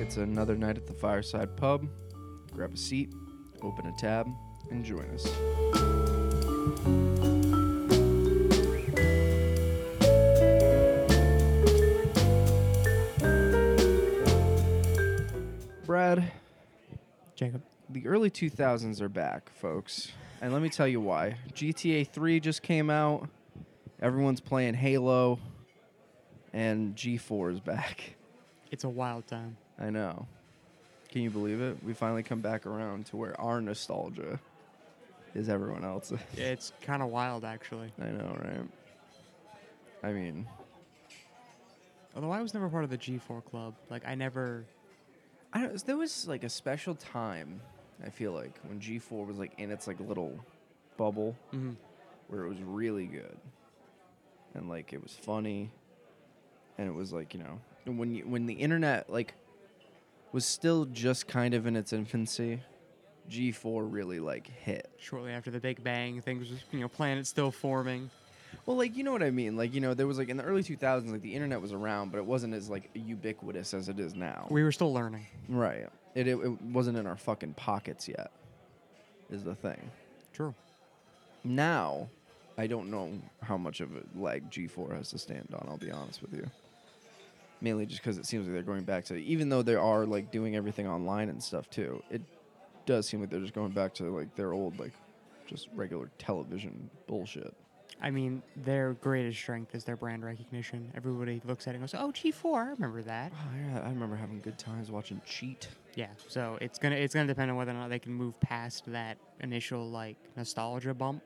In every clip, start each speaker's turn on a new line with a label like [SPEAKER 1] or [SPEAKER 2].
[SPEAKER 1] It's another night at the fireside pub. Grab a seat, open a tab, and join us. Brad,
[SPEAKER 2] Jacob.
[SPEAKER 1] the early 2000s are back, folks. And let me tell you why. GTA 3 just came out. Everyone's playing Halo. And G4 is back.
[SPEAKER 2] It's a wild time.
[SPEAKER 1] I know. Can you believe it? We finally come back around to where our nostalgia is everyone else's.
[SPEAKER 2] It's kind of wild, actually.
[SPEAKER 1] I know, right? I mean,
[SPEAKER 2] Although I was never part of the G4 club. Like, I never.
[SPEAKER 1] I don't, there was like a special time, I feel like, when G4 was like in its like little bubble
[SPEAKER 2] Mm-hmm.
[SPEAKER 1] where it was really good. And like it was funny. And it was like, you know, and when you, when the internet like was still just kind of in its infancy, G4 really like hit.
[SPEAKER 2] Shortly after the Big Bang, things, was, you know, planets still forming.
[SPEAKER 1] Well, like you know what I mean. Like you know, there was like in the early 2000s, like the internet was around, but it wasn't as like ubiquitous as it is now.
[SPEAKER 2] We were still learning.
[SPEAKER 1] right. It, it it wasn't in our fucking pockets yet. Is the thing.
[SPEAKER 2] True.
[SPEAKER 1] Now, I don't know how much of a leg G4 has to stand on. I'll be honest with you. Mainly just because it seems like they're going back to even though they are like doing everything online and stuff too. It does seem like they're just going back to like their old like just regular television bullshit.
[SPEAKER 2] I mean, their greatest strength is their brand recognition. Everybody looks at it and goes, oh, G4, I remember that.
[SPEAKER 1] Oh, yeah, I remember having good times watching Cheat.
[SPEAKER 2] Yeah, so it's gonna it's gonna depend on whether or not they can move past that initial like nostalgia bump.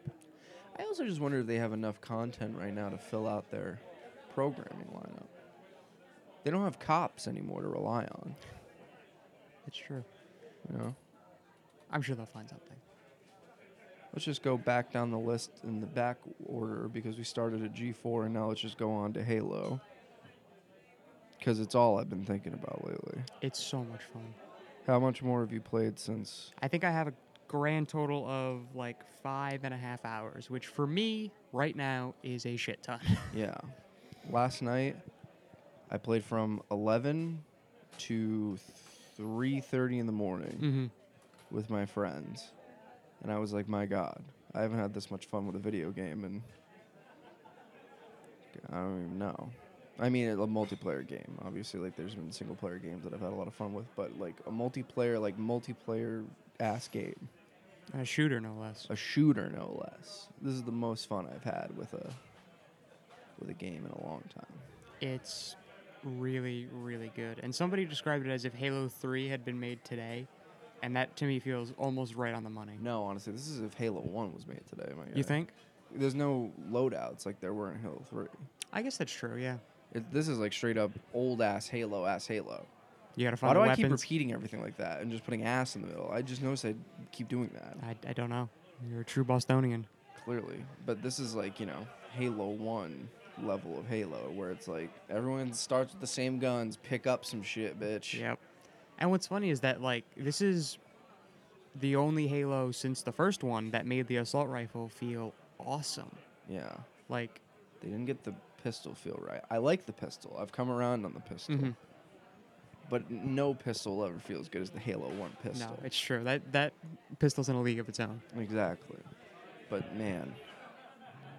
[SPEAKER 1] I also just wonder if they have enough content right now to fill out their programming lineup. They don't have cops anymore to rely on,
[SPEAKER 2] It's true.
[SPEAKER 1] you know.
[SPEAKER 2] I'm sure they'll find something.
[SPEAKER 1] Let's just go back down the list in the back order because we started at G4 and now let's just go on to Halo. Cuz it's all I've been thinking about lately.
[SPEAKER 2] It's so much fun.
[SPEAKER 1] How much more have you played since
[SPEAKER 2] I think I have a grand total of like five and a half hours, which for me right now is a shit ton.
[SPEAKER 1] Yeah. Last night I played from 11 to 3:30 in the morning.
[SPEAKER 2] mm-hmm.
[SPEAKER 1] with my friends, and I was like, "My God, I haven't had this much fun with a video game, and I don't even know." I mean, a multiplayer game, obviously. Like, there's been single player games that I've had a lot of fun with, but like a multiplayer, like multiplayer ass game,
[SPEAKER 2] A shooter, no less.
[SPEAKER 1] a shooter, no less. This is the most fun I've had with a with a game in a long time.
[SPEAKER 2] It's really, really good. And somebody described it as if Halo 3 had been made today, and that to me feels almost right on the money.
[SPEAKER 1] No, honestly, this is if Halo One was made today. My
[SPEAKER 2] You
[SPEAKER 1] guy.
[SPEAKER 2] think?
[SPEAKER 1] There's no loadouts like there were in Halo Three.
[SPEAKER 2] I guess that's true. Yeah.
[SPEAKER 1] It, this is like straight up old ass Halo ass Halo.
[SPEAKER 2] You gotta
[SPEAKER 1] Why
[SPEAKER 2] find
[SPEAKER 1] do
[SPEAKER 2] the
[SPEAKER 1] I keep
[SPEAKER 2] weapons.
[SPEAKER 1] repeating everything like that and just putting ass in the middle? I just noticed I keep doing that,
[SPEAKER 2] I, I don't know. You're a true Bostonian.
[SPEAKER 1] clearly. But this is like, you know, Halo 1 level of Halo, where it's like everyone starts with the same guns, pick up some shit, bitch.
[SPEAKER 2] Yep. And what's funny is that like this is the only Halo since the first one that made the assault rifle feel awesome.
[SPEAKER 1] Yeah.
[SPEAKER 2] Like
[SPEAKER 1] They didn't get the pistol feel right. I like the pistol. I've come around on the pistol.
[SPEAKER 2] Mhm.
[SPEAKER 1] But n- no pistol ever feels good as the Halo 1 pistol.
[SPEAKER 2] no, it's true. That that pistol's in a league of its own.
[SPEAKER 1] Exactly. But man,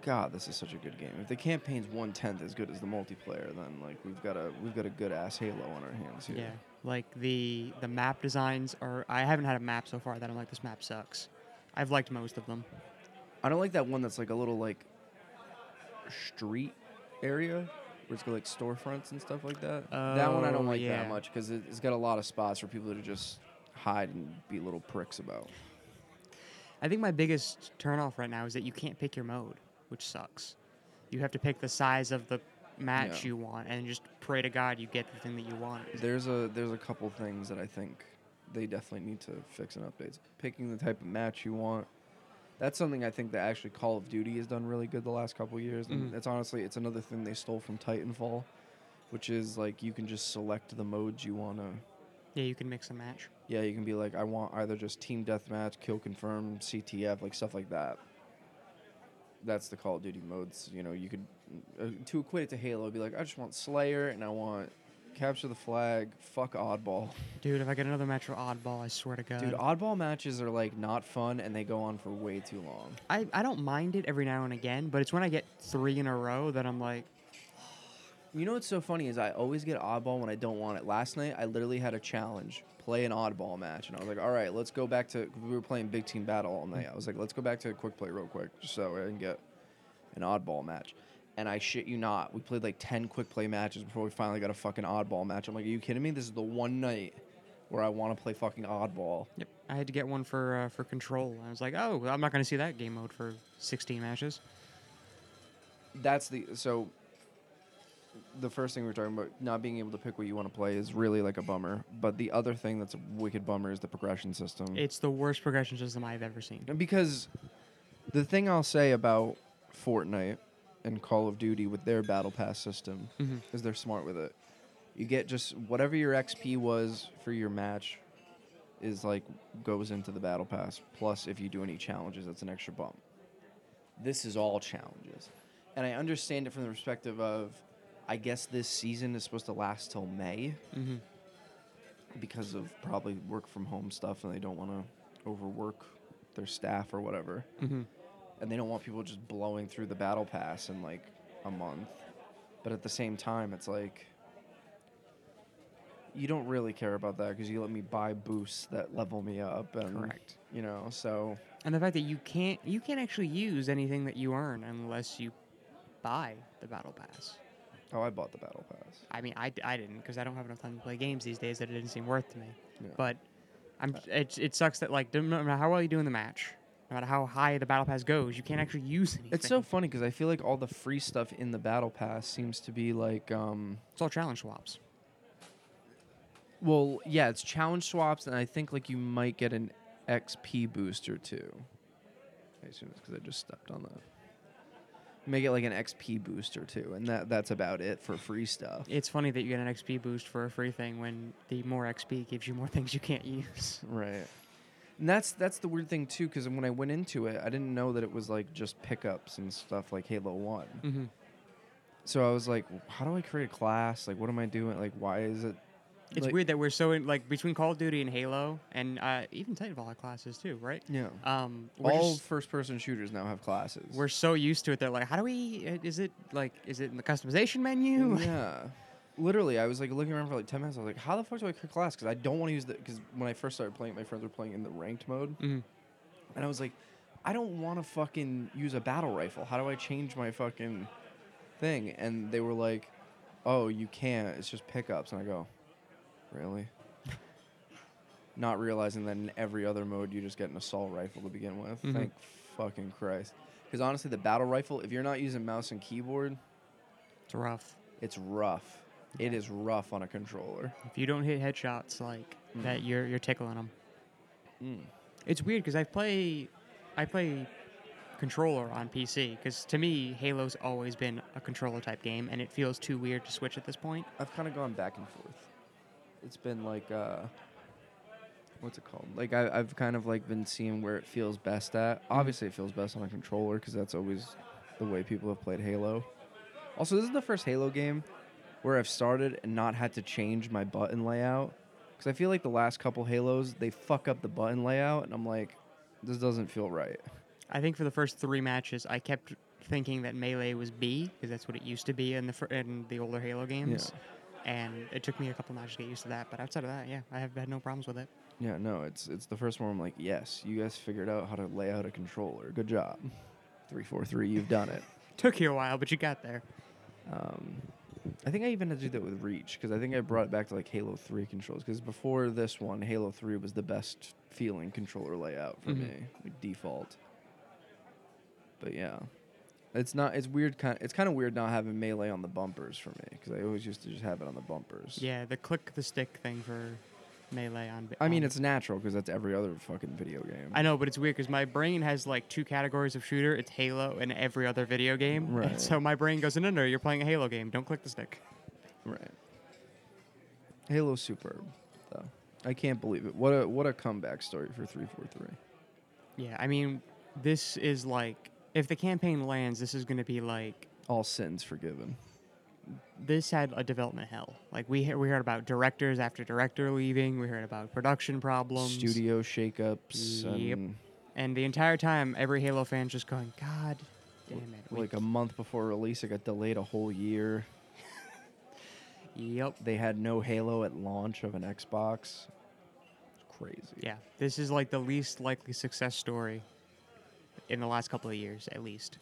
[SPEAKER 1] God, this is such a good game. If the campaign's one tenth as good as the multiplayer, then like we've got a we've got a good ass Halo on our hands here.
[SPEAKER 2] Yeah. Like the the map designs are I haven't had a map so far that I'm like this map sucks. I've liked most of them.
[SPEAKER 1] I don't like that one that's like a little like street area where it's got like storefronts and stuff like that. that one I don't
[SPEAKER 2] Oh,
[SPEAKER 1] like
[SPEAKER 2] yeah.
[SPEAKER 1] that much because it, it's got a lot of spots for people to just hide and be little pricks about.
[SPEAKER 2] I think my biggest turnoff right now is that you can't pick your mode, which sucks. You have to pick the size of the match
[SPEAKER 1] Yeah.
[SPEAKER 2] you want and just pray to God you get the thing that you want.
[SPEAKER 1] There's a there's a couple things that I think they definitely need to fix and updates. Picking the type of match you want. That's something I think that actually Call of Duty has done really good the last couple years, and
[SPEAKER 2] Mhm.
[SPEAKER 1] it's honestly it's another thing they stole from Titanfall, which is like you can just select the modes you wanna.
[SPEAKER 2] Yeah, you can mix and match.
[SPEAKER 1] Yeah, you can be like I want either just team deathmatch, kill confirm, CTF, like stuff like that. That's the Call of Duty modes. You know, you could uh, to equate it to Halo, be like I just want Slayer and I want Capture the flag. Fuck oddball.
[SPEAKER 2] Dude, if I get another match for Oddball, I swear to God.
[SPEAKER 1] Dude, oddball matches are like not fun and they go on for way too long.
[SPEAKER 2] I, I don't mind it every now and again, but it's when I get three in a row that I'm like,
[SPEAKER 1] You know what's so funny is I always get oddball when I don't want it. Last night I literally had a challenge, play an oddball match, and I was like, all right, let's go back to. We were playing big team battle all night. I was like, let's go back to quick play real quick, just so I can get an oddball match. And I shit you not, we played like ten quick play matches before we finally got a fucking oddball match. I'm like, are you kidding me? This is the one night where I want to play fucking oddball.
[SPEAKER 2] yep. I had to get one for uh, for control. I was like, oh, well, I'm not going to see that game mode for 16 matches.
[SPEAKER 1] that's the so the first thing we were talking about not being able to pick what you want to play is really like a bummer but the other thing that's a wicked bummer is the progression system
[SPEAKER 2] It's the worst progression system I've ever seen.
[SPEAKER 1] because the thing i'll say about fortnite and call of duty with their battle pass system
[SPEAKER 2] Mhm.
[SPEAKER 1] is they're smart with it you get just whatever your xp was for your match is like goes into the battle pass plus if you do any challenges that's an extra bump this is all challenges. And I understand it from the perspective of, I guess this season is supposed to last till May
[SPEAKER 2] Mhm.
[SPEAKER 1] because of probably work from home stuff and they don't want to overwork their staff or whatever.
[SPEAKER 2] Mhm.
[SPEAKER 1] And they don't want people just blowing through the battle pass in like a month. But at the same time, it's like, you don't really care about that because you let me buy boosts that level me up. And,
[SPEAKER 2] Correct.
[SPEAKER 1] You know, so.
[SPEAKER 2] And the fact that you can't you can't actually use anything that you earn unless you buy the battle pass.
[SPEAKER 1] Oh, I bought the battle pass.
[SPEAKER 2] I mean, I, I didn't because I don't have enough time to play games these days that it didn't seem worth to me.
[SPEAKER 1] Yeah. Uh,
[SPEAKER 2] But I'm it, it sucks that like no matter how well you do in the match, no matter how high the battle pass goes, you can't actually use anything.
[SPEAKER 1] It's so funny because I feel like all the free stuff in the battle pass seems to be like, um,
[SPEAKER 2] it's all challenge swaps.
[SPEAKER 1] well, yeah, it's challenge swaps, and I think like you might get an XP boost or two. I assume it's because I just stepped on that. You may get like an XP boost or two, and that that's about it for free stuff.
[SPEAKER 2] It's funny that you get an XP boost for a free thing when the more XP gives you more things you can't use.
[SPEAKER 1] Right. And that's that's the weird thing too, because when I went into it, I didn't know that it was like just pickups and stuff like Halo One.
[SPEAKER 2] Mm-hmm.
[SPEAKER 1] So I was like, how do I create a class? Like, what am I doing? Like, why is it?
[SPEAKER 2] It's
[SPEAKER 1] like-
[SPEAKER 2] weird that we're so in, like between Call of Duty and Halo, and uh, even Titanfall had classes too, right?
[SPEAKER 1] Yeah.
[SPEAKER 2] Um, we're
[SPEAKER 1] All
[SPEAKER 2] just-
[SPEAKER 1] first-person shooters now have classes.
[SPEAKER 2] we're so used to it that like, how do we? uh, Is it like, is it in the customization menu?
[SPEAKER 1] yeah. Literally, I was like looking around for like ten minutes. I was like, "How the fuck do I click class?" Because I don't want to use the. Because when I first started playing, my friends were playing in the ranked mode,
[SPEAKER 2] Mhm.
[SPEAKER 1] and I was like, "I don't want to fucking use a battle rifle. How do I change my fucking thing?" And they were like, "Oh, you can't. It's just pickups." And I go, "Really?" Not realizing that in every other mode, you just get an assault rifle to begin with.
[SPEAKER 2] Mhm.
[SPEAKER 1] Thank fucking Christ. Because honestly, the battle rifle, if you're not using mouse and keyboard,
[SPEAKER 2] It's rough.
[SPEAKER 1] it's rough. It is rough on a controller.
[SPEAKER 2] If you don't hit headshots like that, you're you're tickling them.
[SPEAKER 1] Mm.
[SPEAKER 2] It's weird because I play, I play controller on PC because to me Halo's always been a controller type game, and it feels too weird to switch at this point.
[SPEAKER 1] I've kind of gone back and forth. It's been like, uh, what's it called? Like I, I've kind of like been seeing where it feels best at. Obviously, it feels best on a controller because that's always the way people have played Halo. Also, this is the first Halo game where I've started and not had to change my button layout because I feel like the last couple Halos they fuck up the button layout, and I'm like, this doesn't feel right.
[SPEAKER 2] I think for the first three matches, I kept thinking that melee was B because that's what it used to be in the fir- in the older Halo games. And it took me a couple matches to get used to that, but outside of that, yeah, I have had no problems with it.
[SPEAKER 1] Yeah, no, it's it's the first one. where I'm like, yes, you guys figured out how to lay out a controller. Good job, three four three. You've done it.
[SPEAKER 2] Took you a while, but you got there.
[SPEAKER 1] Um, I think I even had to do that with Reach because I think I brought it back to like Halo Three controls because before this one, Halo Three was the best feeling controller layout for
[SPEAKER 2] Mhm.
[SPEAKER 1] me like, default. But yeah, it's not. It's weird. Kind. It's kind of weird not having melee on the bumpers for me because I always used to just have it on the bumpers.
[SPEAKER 2] Yeah, the click the stick thing for melee on.
[SPEAKER 1] I mean,
[SPEAKER 2] on-
[SPEAKER 1] it's natural because that's every other fucking video game.
[SPEAKER 2] I know, but it's weird because my brain has like two categories of shooter. It's Halo and every other video game. And
[SPEAKER 1] Right.
[SPEAKER 2] So my brain goes, no, no, you're playing a Halo game. Don't click the stick.
[SPEAKER 1] Right. Halo superb, though. I can't believe it. What a what a comeback story for three four three.
[SPEAKER 2] Yeah, I mean, this is like if the campaign lands, this is going to be like
[SPEAKER 1] All sins forgiven.
[SPEAKER 2] this had a development hell. Like we he- we heard about directors after director leaving. We heard about production problems.
[SPEAKER 1] Studio shakeups
[SPEAKER 2] Yep.
[SPEAKER 1] and
[SPEAKER 2] And the entire time, every Halo fan's just going, God damn it. we-
[SPEAKER 1] like a month before release, it got delayed a whole year.
[SPEAKER 2] yep.
[SPEAKER 1] They had no Halo at launch of an Xbox. It's crazy.
[SPEAKER 2] Yeah. This is like the least likely success story in the last couple of years, at least.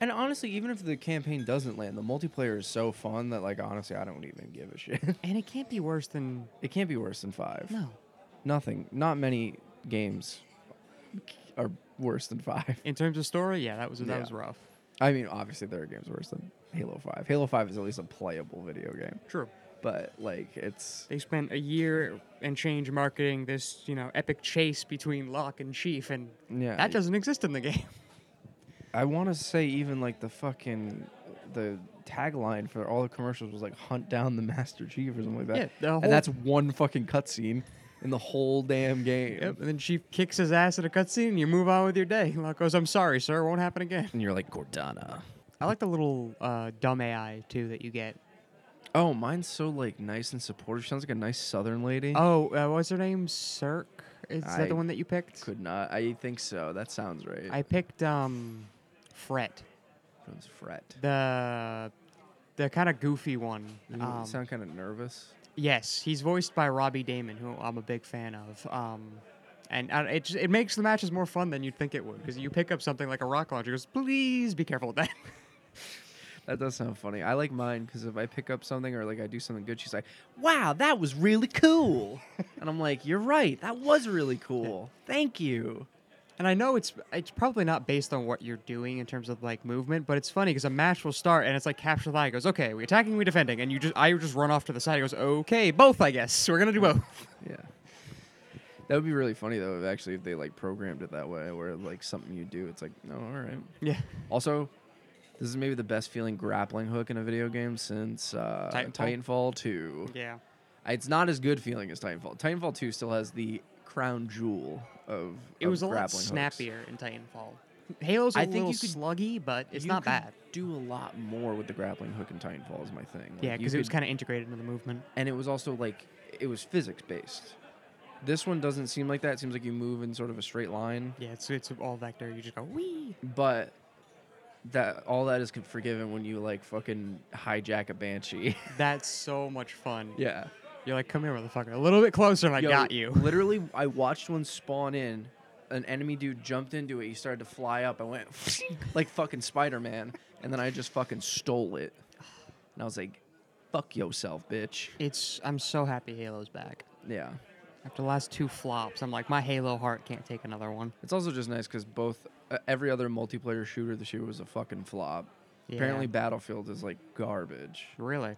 [SPEAKER 1] And honestly, even if the campaign doesn't land, the multiplayer is so fun that like honestly, I don't even give a shit.
[SPEAKER 2] And it can't be worse than.
[SPEAKER 1] it can't be worse than five.
[SPEAKER 2] No.
[SPEAKER 1] Nothing. Not many games are worse than five.
[SPEAKER 2] In terms of story, yeah, that was that
[SPEAKER 1] Yeah.
[SPEAKER 2] was rough.
[SPEAKER 1] I mean, obviously there are games worse than Halo Five. Halo Five is at least a playable video game,
[SPEAKER 2] True.
[SPEAKER 1] but like it's
[SPEAKER 2] They spent a year and change marketing this, you know, epic chase between Locke and Chief, and
[SPEAKER 1] yeah.
[SPEAKER 2] that doesn't exist in the game.
[SPEAKER 1] I want to say even like the fucking the tagline for all the commercials was like "Hunt down the Master Chief" or something like that.
[SPEAKER 2] Yeah, the whole-
[SPEAKER 1] and that's one fucking cutscene in the whole damn game.
[SPEAKER 2] Yep. And then Chief kicks his ass at a cutscene, and you move on with your day. Locke goes, "I'm sorry, sir. Won't happen again."
[SPEAKER 1] And you're like Cortana.
[SPEAKER 2] I like the little uh, dumb AI too that you get.
[SPEAKER 1] Oh, mine's so like nice and supportive. She sounds like a nice Southern lady.
[SPEAKER 2] Oh, uh, what's her name? Cirque? Is
[SPEAKER 1] I
[SPEAKER 2] that the one that you picked?
[SPEAKER 1] Could not. I think so. That sounds right.
[SPEAKER 2] I picked um, Fret,
[SPEAKER 1] It was fret.
[SPEAKER 2] the the kind of goofy one.
[SPEAKER 1] Doesn't it
[SPEAKER 2] Um,
[SPEAKER 1] sound kind of nervous.
[SPEAKER 2] yes, he's voiced by Robbie Damon, who I'm a big fan of. Um, and uh, it just, it makes the matches more fun than you'd think it would because you pick up something like a rock launcher. he Goes, please be careful with that.
[SPEAKER 1] That does sound funny. I like mine because if I pick up something or like I do something good, she's like, "Wow, that was really cool," and I'm like, "You're right. That was really cool. Thank you."
[SPEAKER 2] And I know it's it's probably not based on what you're doing in terms of like movement, but it's funny because a match will start and it's like capture the flag. It goes okay, we attacking, we defending, and you just I just run off to the side. It goes okay, both I guess we're gonna do both.
[SPEAKER 1] Yeah. That would be really funny though, if actually, if they like programmed it that way, where like something you do, it's like, no, all right.
[SPEAKER 2] yeah,
[SPEAKER 1] Also, this is maybe the best feeling grappling hook in a video game since uh,
[SPEAKER 2] Titanfall?
[SPEAKER 1] Titanfall? 2.
[SPEAKER 2] yeah.
[SPEAKER 1] It's not as good feeling as Titanfall. Titanfall 2 still has the crown jewel of
[SPEAKER 2] It
[SPEAKER 1] of
[SPEAKER 2] was a lot
[SPEAKER 1] grappling hooks.
[SPEAKER 2] snappier in Titanfall. Halo's a
[SPEAKER 1] I think
[SPEAKER 2] little
[SPEAKER 1] you could-
[SPEAKER 2] sluggy, but it's
[SPEAKER 1] You
[SPEAKER 2] not
[SPEAKER 1] could
[SPEAKER 2] bad.
[SPEAKER 1] Do a lot more with the grappling hook in Titanfall is my thing. Like,
[SPEAKER 2] Yeah,
[SPEAKER 1] you
[SPEAKER 2] because it was
[SPEAKER 1] could-
[SPEAKER 2] kind of integrated into the movement.
[SPEAKER 1] and it was also like it was physics based. This one doesn't seem like that. It seems like you move in sort of a straight line.
[SPEAKER 2] Yeah, it's it's all vector. You just go wee.
[SPEAKER 1] but that all that is con- forgiven when you like fucking hijack a banshee.
[SPEAKER 2] That's so much fun.
[SPEAKER 1] yeah,
[SPEAKER 2] You're like, come here, motherfucker, a little bit closer, and I
[SPEAKER 1] Yo,
[SPEAKER 2] got you.
[SPEAKER 1] literally, I watched one spawn in. An enemy dude jumped into it. He started to fly up. I went like fucking Spider Man, and then I just fucking stole it. And I was like, "Fuck yourself, bitch."
[SPEAKER 2] It's I'm so happy Halo's back.
[SPEAKER 1] Yeah.
[SPEAKER 2] After the last two flops, I'm like, my Halo heart can't take another one.
[SPEAKER 1] It's also just nice because both uh, every other multiplayer shooter this year was a fucking flop.
[SPEAKER 2] Yeah.
[SPEAKER 1] Apparently, Battlefield is like garbage.
[SPEAKER 2] Really?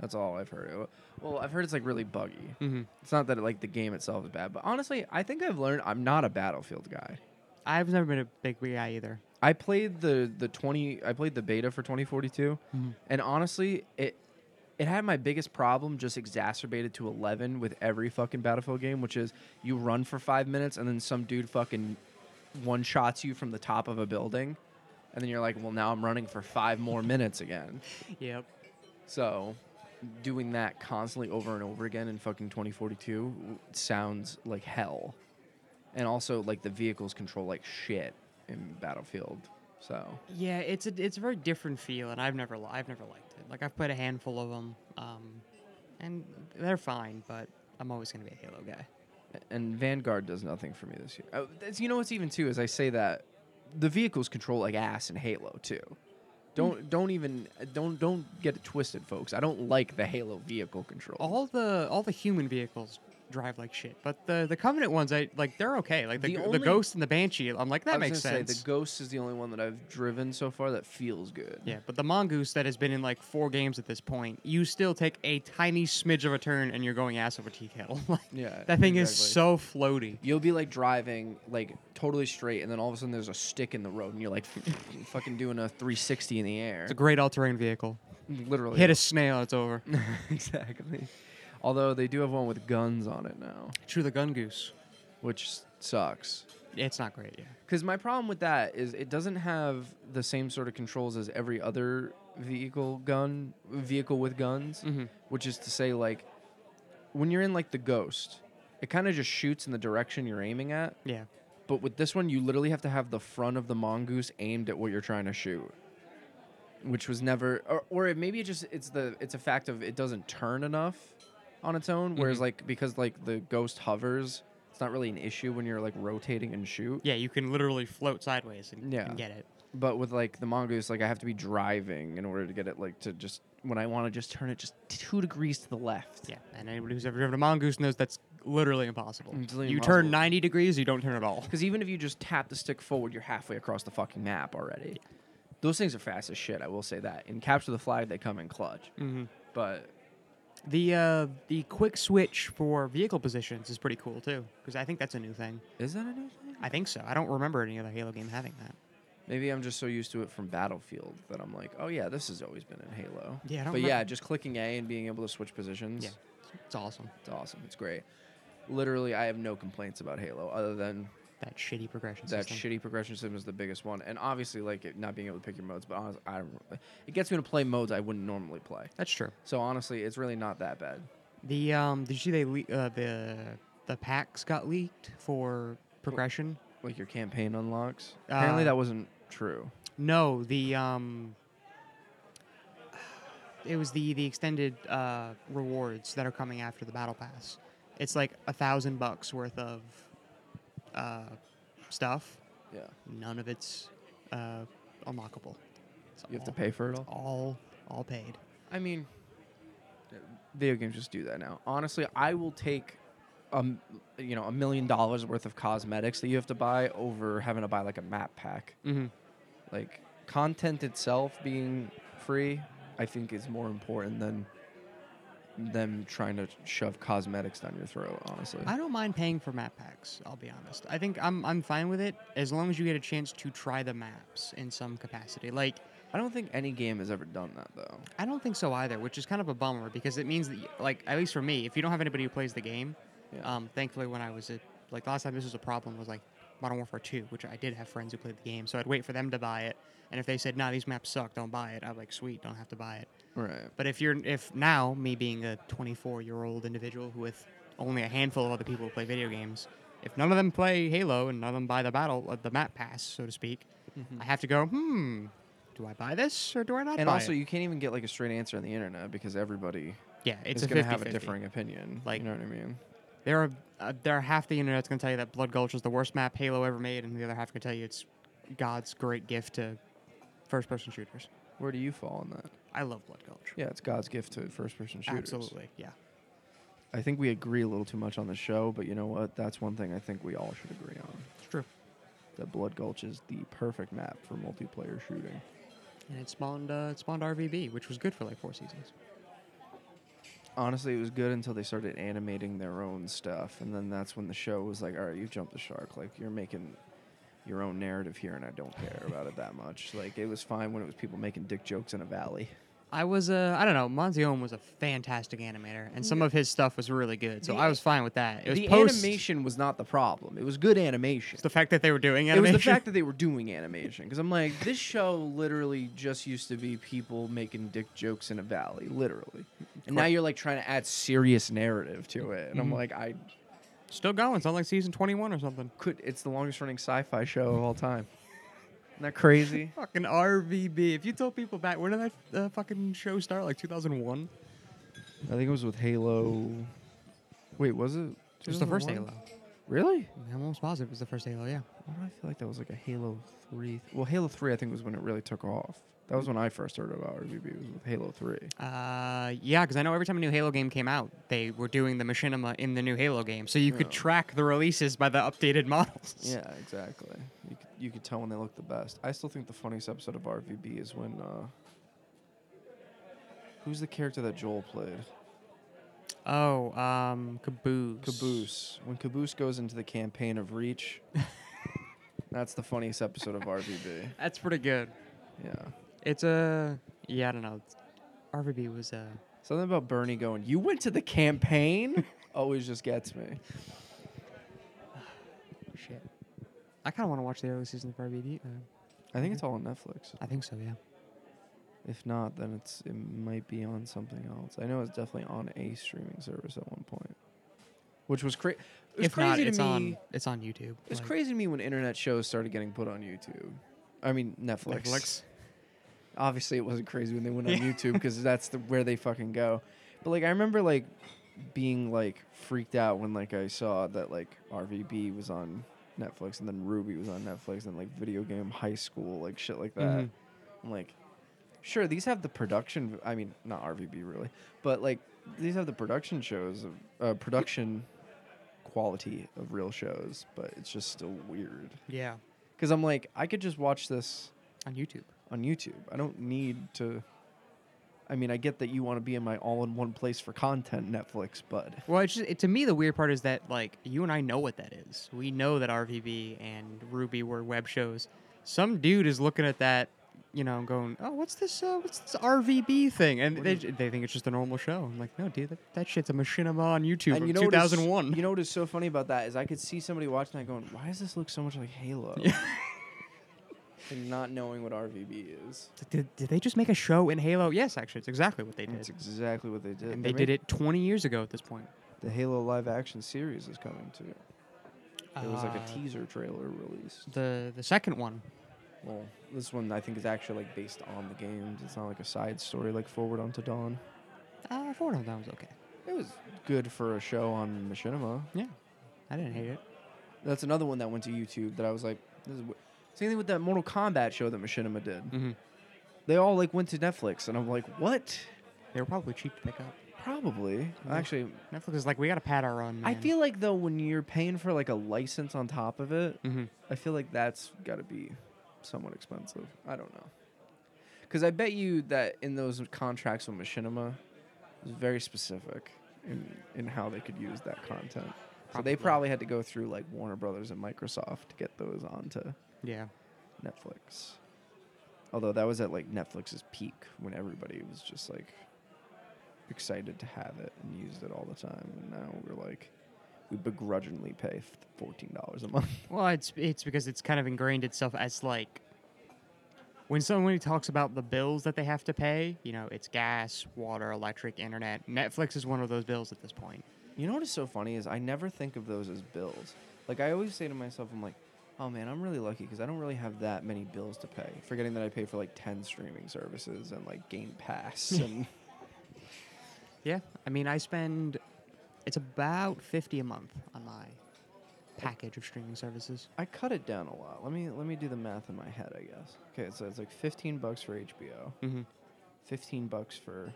[SPEAKER 1] That's all I've heard. Well, I've heard it's like really buggy.
[SPEAKER 2] Mm-hmm.
[SPEAKER 1] It's not that like the game itself is bad, but honestly, I think I've learned I'm not a Battlefield guy.
[SPEAKER 2] I've never been a big guy either.
[SPEAKER 1] I played the the 20 I played the beta for 2042
[SPEAKER 2] Mhm.
[SPEAKER 1] and honestly, it it had my biggest problem just exacerbated to 11 with every fucking Battlefield game, which is you run for 5 minutes and then some dude fucking one shots you from the top of a building and then you're like, "Well, now I'm running for 5 more minutes again."
[SPEAKER 2] Yep.
[SPEAKER 1] So, doing that constantly over and over again in fucking 2042 w- sounds like hell. And also, like, the vehicles control like shit in Battlefield. So,
[SPEAKER 2] Yeah, it's a it's a very different feel, and I've never li- I've never liked it. Like I've played a handful of them, um, and they're fine, but I'm always gonna be a Halo guy.
[SPEAKER 1] and Vanguard does nothing for me this year. Oh, that's, you know what's even too is I say that the vehicles control like ass in Halo too.
[SPEAKER 2] Hmm.
[SPEAKER 1] Don't don't even don't don't get it twisted, folks. I don't like the Halo vehicle control.
[SPEAKER 2] All the all the human vehicles drive like shit, but the the Covenant ones, I like they're okay. Like the,
[SPEAKER 1] The
[SPEAKER 2] g- the,
[SPEAKER 1] only-
[SPEAKER 2] Ghost and the Banshee, I'm like that
[SPEAKER 1] I was
[SPEAKER 2] makes
[SPEAKER 1] gonna say,
[SPEAKER 2] sense.
[SPEAKER 1] the Ghost is the only one that I've driven so far that feels good.
[SPEAKER 2] Yeah, but the mongoose that has been in like four games at this point, you still take a tiny smidge of a turn and you're going ass over tea kettle. like,
[SPEAKER 1] Yeah,
[SPEAKER 2] that thing is
[SPEAKER 1] exactly.
[SPEAKER 2] so floaty.
[SPEAKER 1] You'll be like driving like totally straight, and then all of a sudden there's a stick in the road, and you're like fucking doing a 360 in the air.
[SPEAKER 2] It's a great all-terrain vehicle.
[SPEAKER 1] Literally
[SPEAKER 2] Hit a snail, it's over.
[SPEAKER 1] exactly. Although they do have one with guns on it now,
[SPEAKER 2] True, the gun goose.
[SPEAKER 1] which s- sucks.
[SPEAKER 2] It's not great. Yeah.
[SPEAKER 1] Because my problem with that is it doesn't have the same sort of controls as every other vehicle gun vehicle with guns,
[SPEAKER 2] Mhm.
[SPEAKER 1] which is to say, like when you're in like the Ghost, it kind of just shoots in the direction you're aiming at.
[SPEAKER 2] Yeah.
[SPEAKER 1] But with this one, you literally have to have the front of the mongoose aimed at what you're trying to shoot, which was never, or, or it, maybe it just it's the it's a fact of it doesn't turn enough on its own. Whereas
[SPEAKER 2] Mhm.
[SPEAKER 1] like because like the Ghost hovers, it's not really an issue when you're like rotating and shoot.
[SPEAKER 2] Yeah. You can literally float sideways and,
[SPEAKER 1] Yeah.
[SPEAKER 2] and get it.
[SPEAKER 1] But with like the mongoose, like I have to be driving in order to get it like to just when I want to just turn it just two degrees to the left.
[SPEAKER 2] Yeah. And anybody who's ever driven a mongoose knows that's literally impossible.
[SPEAKER 1] It's literally
[SPEAKER 2] you
[SPEAKER 1] impossible.
[SPEAKER 2] turn 90 degrees, you don't turn at all.
[SPEAKER 1] Because even if you just tap the stick forward, you're halfway across the fucking map already. Those things are fast as shit. I will say that. In capture the flag, they come in clutch.
[SPEAKER 2] Mm-hmm.
[SPEAKER 1] But
[SPEAKER 2] The uh, the quick switch for vehicle positions is pretty cool too, because I think that's a new thing.
[SPEAKER 1] is that a new thing?
[SPEAKER 2] I think so. I don't remember any other Halo game having that.
[SPEAKER 1] Maybe I'm just so used to it from Battlefield that I'm like, oh yeah, this has always been in Halo.
[SPEAKER 2] Yeah, I don't
[SPEAKER 1] but yeah,
[SPEAKER 2] remember-
[SPEAKER 1] just clicking A and being able to switch positions.
[SPEAKER 2] Yeah. It's awesome.
[SPEAKER 1] It's awesome. It's great. Literally, I have no complaints about Halo other than
[SPEAKER 2] That shitty progression
[SPEAKER 1] that
[SPEAKER 2] system.
[SPEAKER 1] shitty progression system is the biggest one, and obviously, like it, not being able to pick your modes. But honestly, I don't. really- It gets me to play modes I wouldn't normally play.
[SPEAKER 2] That's true.
[SPEAKER 1] So honestly, it's really not that bad.
[SPEAKER 2] The um, did you see they le- uh, the the packs got leaked for progression?
[SPEAKER 1] Like your campaign unlocks. Apparently,
[SPEAKER 2] Uh,
[SPEAKER 1] that wasn't true.
[SPEAKER 2] No, the um, it was the the extended uh, rewards that are coming after the battle pass. It's like a thousand bucks worth of uh, stuff.
[SPEAKER 1] Yeah,
[SPEAKER 2] None of it's uh, unlockable. It's
[SPEAKER 1] you have to
[SPEAKER 2] all-
[SPEAKER 1] pay for it all.
[SPEAKER 2] All all paid.
[SPEAKER 1] I mean, uh, video games just do that now. Honestly, I will take um, you know, a million dollars worth of cosmetics that you have to buy over having to buy like a map pack.
[SPEAKER 2] Mm-hmm.
[SPEAKER 1] Like content itself being free, I think is more important than them trying to shove cosmetics down your throat. Honestly,
[SPEAKER 2] I don't mind paying for map packs. I'll be honest. I think I'm I'm fine with it as long as you get a chance to try the maps in some capacity. Like
[SPEAKER 1] I don't think any game has ever done that though.
[SPEAKER 2] I don't think so either, which is kind of a bummer because it means that y- like at least for me, if you don't have anybody who plays the game,
[SPEAKER 1] Yeah.
[SPEAKER 2] um, thankfully when I was at like last time this was a problem was like Modern Warfare 2, which I did have friends who played the game, so I'd wait for them to buy it, and if they said, "Nah, these maps suck, don't buy it," I'm like, "Sweet, don't have to buy it."
[SPEAKER 1] Right.
[SPEAKER 2] But if you're if now me being a 24 year old individual who with only a handful of other people who play video games, if none of them play Halo and none of them buy the battle uh, the map pass, so to speak, I have to go. Hmm, do I buy this or do I not?
[SPEAKER 1] Mm-hmm. And
[SPEAKER 2] buy
[SPEAKER 1] also,
[SPEAKER 2] it?"
[SPEAKER 1] you can't even get like a straight answer on the internet because everybody
[SPEAKER 2] yeah, it's
[SPEAKER 1] is
[SPEAKER 2] a
[SPEAKER 1] going
[SPEAKER 2] 50
[SPEAKER 1] to have a differing opinion.
[SPEAKER 2] Like-
[SPEAKER 1] you know what I mean?
[SPEAKER 2] There are uh, there are half the internet's gonna tell you that Blood Gulch is the worst map Halo ever made, and the other half can tell you it's God's great gift to first person shooters.
[SPEAKER 1] Where do you fall on that?
[SPEAKER 2] I love Blood Gulch.
[SPEAKER 1] Yeah, it's God's gift to first-person shooters.
[SPEAKER 2] Absolutely, yeah.
[SPEAKER 1] I think we agree a little too much on the show, but you know what? That's one thing I think we all should agree on.
[SPEAKER 2] It's true.
[SPEAKER 1] That Blood Gulch is the perfect map for multiplayer shooting.
[SPEAKER 2] And it spawned uh, it spawned RVB, which was good for like four seasons.
[SPEAKER 1] Honestly, it was good until they started animating their own stuff, and then that's when the show was like, "All right, you jumped the shark. Like you're making your own narrative here, and I don't care about it that much." Like it was fine when it was people making dick jokes in a valley.
[SPEAKER 2] I was uh, I don't know. Monzion was a fantastic animator, and some of his stuff was really good. So
[SPEAKER 1] The-
[SPEAKER 2] I was fine with that. It was
[SPEAKER 1] the
[SPEAKER 2] post,
[SPEAKER 1] animation was not the problem. It was good animation.
[SPEAKER 2] The fact that they were doing
[SPEAKER 1] It was
[SPEAKER 2] animation.
[SPEAKER 1] the fact that they were doing animation because I'm like, this show literally just used to be people making dick jokes in a valley, literally, and now
[SPEAKER 2] Correct.
[SPEAKER 1] you're like trying to add serious narrative to it, and I'm
[SPEAKER 2] Mhm.
[SPEAKER 1] like, I
[SPEAKER 2] Still going. It's on like season twenty-one or something.
[SPEAKER 1] could. It's the longest running sci-fi show of all time. Isn't that crazy?
[SPEAKER 2] Fucking RVB. If you told people back when did that uh, fucking show start? Like two thousand one.
[SPEAKER 1] I think it was with Halo. Wait, was it?
[SPEAKER 2] It was the first
[SPEAKER 1] 2001?
[SPEAKER 2] Halo.
[SPEAKER 1] Really?
[SPEAKER 2] I'm almost positive it was the first Halo. Yeah.
[SPEAKER 1] Why do I feel like that was like a Halo three? Well, Halo three, I think was when it really took off. That was when I first heard about RGB. Was with Halo three.
[SPEAKER 2] Uh, yeah, because I know every time a new Halo game came out, they were doing the machinima in the new Halo game, so you could
[SPEAKER 1] Yeah.
[SPEAKER 2] track the releases by the updated models.
[SPEAKER 1] Yeah, exactly. You could, you could tell when they look the best. I still think the funniest episode of RVB is when uh, who's the character that Joel played?
[SPEAKER 2] Oh, um, Caboose.
[SPEAKER 1] Caboose. When Caboose goes into the campaign of Reach, that's the funniest episode of RVB.
[SPEAKER 2] That's pretty good.
[SPEAKER 1] Yeah,
[SPEAKER 2] It's a yeah, I don't know. It's- RVB was uh, a
[SPEAKER 1] something about Bernie going. You went to the campaign. Always just gets me.
[SPEAKER 2] shit. I kind of want to watch the early season of RBD. Uh,
[SPEAKER 1] I think it's all on Netflix.
[SPEAKER 2] I think so, yeah.
[SPEAKER 1] If not, then it's it might be on something else. I know it's definitely on a streaming service at one point, which was, cra- it was
[SPEAKER 2] if
[SPEAKER 1] crazy.
[SPEAKER 2] not,
[SPEAKER 1] to
[SPEAKER 2] it's
[SPEAKER 1] me.
[SPEAKER 2] on it's on YouTube.
[SPEAKER 1] It's
[SPEAKER 2] like,
[SPEAKER 1] crazy to me when internet shows started getting put on YouTube. I mean Netflix.
[SPEAKER 2] Netflix.
[SPEAKER 1] Obviously, it wasn't crazy when they went on
[SPEAKER 2] Yeah.
[SPEAKER 1] YouTube because that's the, where they fucking go. But like, I remember like being like freaked out when like I saw that like RVB was on Netflix and then Ruby was on Netflix and like Video Game High School like shit like that.
[SPEAKER 2] Mhm.
[SPEAKER 1] I'm like, sure, these have the production. I mean, not RVB really, but like these have the production shows, of, uh, production quality of real shows, but it's just still weird.
[SPEAKER 2] Yeah,
[SPEAKER 1] Because I'm like, I could just watch this
[SPEAKER 2] on YouTube.
[SPEAKER 1] on YouTube. I don't need to. I mean, I get that you want to be in my all in one place for content, Netflix, but
[SPEAKER 2] Well, it's just, it, to me the weird part is that like you and I know what that is. We know that RVB and Ruby were web shows. Some dude is looking at that, you know, and going, "Oh, what's this? Uh, what's this RVB thing?" And
[SPEAKER 1] What
[SPEAKER 2] they,
[SPEAKER 1] is
[SPEAKER 2] j- they think it's just a normal show. I'm like, "No, dude, that, that shit's a machinima on YouTube
[SPEAKER 1] And
[SPEAKER 2] from
[SPEAKER 1] you know what is-
[SPEAKER 2] 2001."
[SPEAKER 1] You know what is so funny about that is I could see somebody watching that going, "Why does this look so much like Halo?" and not knowing what RVB is.
[SPEAKER 2] It's like, did, did they just make a show in Halo? Yes, actually, it's exactly what they did.
[SPEAKER 1] That's exactly what they did.
[SPEAKER 2] and they did it 20 years ago at this point.
[SPEAKER 1] The Halo live action series is coming too. There was like a
[SPEAKER 2] Uh,
[SPEAKER 1] teaser trailer released.
[SPEAKER 2] The the second one.
[SPEAKER 1] Well, this one I think is actually like based on the games. It's not like a side story like Forward Unto Dawn.
[SPEAKER 2] Uh, four of that was okay.
[SPEAKER 1] It was good for a show on Machinima.
[SPEAKER 2] Yeah, I didn't hate it.
[SPEAKER 1] That's another one that went to YouTube that I was like, this is w-. same thing with that Mortal Kombat show that Machinima did.
[SPEAKER 2] Mm-hmm.
[SPEAKER 1] They all like went to Netflix, and I'm like, what?
[SPEAKER 2] They were probably cheap to pick up.
[SPEAKER 1] Probably.
[SPEAKER 2] Yeah.
[SPEAKER 1] Actually,
[SPEAKER 2] Netflix is like, we got to pad our own.
[SPEAKER 1] I feel like though when you're paying for like a license on top of it,
[SPEAKER 2] hmm
[SPEAKER 1] I feel like that's got to be somewhat expensive. I don't know. Because I bet you that in those contracts with Machinima, it was very specific in, in how they could use that content. So
[SPEAKER 2] Probably.
[SPEAKER 1] they probably had to go through like Warner Brothers and Microsoft to get those onto
[SPEAKER 2] Yeah.
[SPEAKER 1] Netflix. Although that was at like Netflix's peak when everybody was just like excited to have it and used it all the time. And now we're like, we begrudgingly pay f- $14 a month.
[SPEAKER 2] Well, it's it's because it's kind of ingrained itself as like when someone talks about the bills that they have to pay, you know, it's gas, water, electric, internet. Netflix is one of those bills at this point.
[SPEAKER 1] You know what is so funny is I never think of those as bills. Like I always say to myself, I'm like, oh man, I'm really lucky because I don't really have that many bills to pay. Forgetting that I pay for like ten streaming services and like Game Pass and
[SPEAKER 2] Yeah. I mean, I spend it's about 50 a month on my package of streaming services.
[SPEAKER 1] I cut it down a lot. Let me let me do the math in my head, I guess. Okay, so it's like fifteen bucks for HBO,
[SPEAKER 2] Mm-hmm.
[SPEAKER 1] fifteen bucks for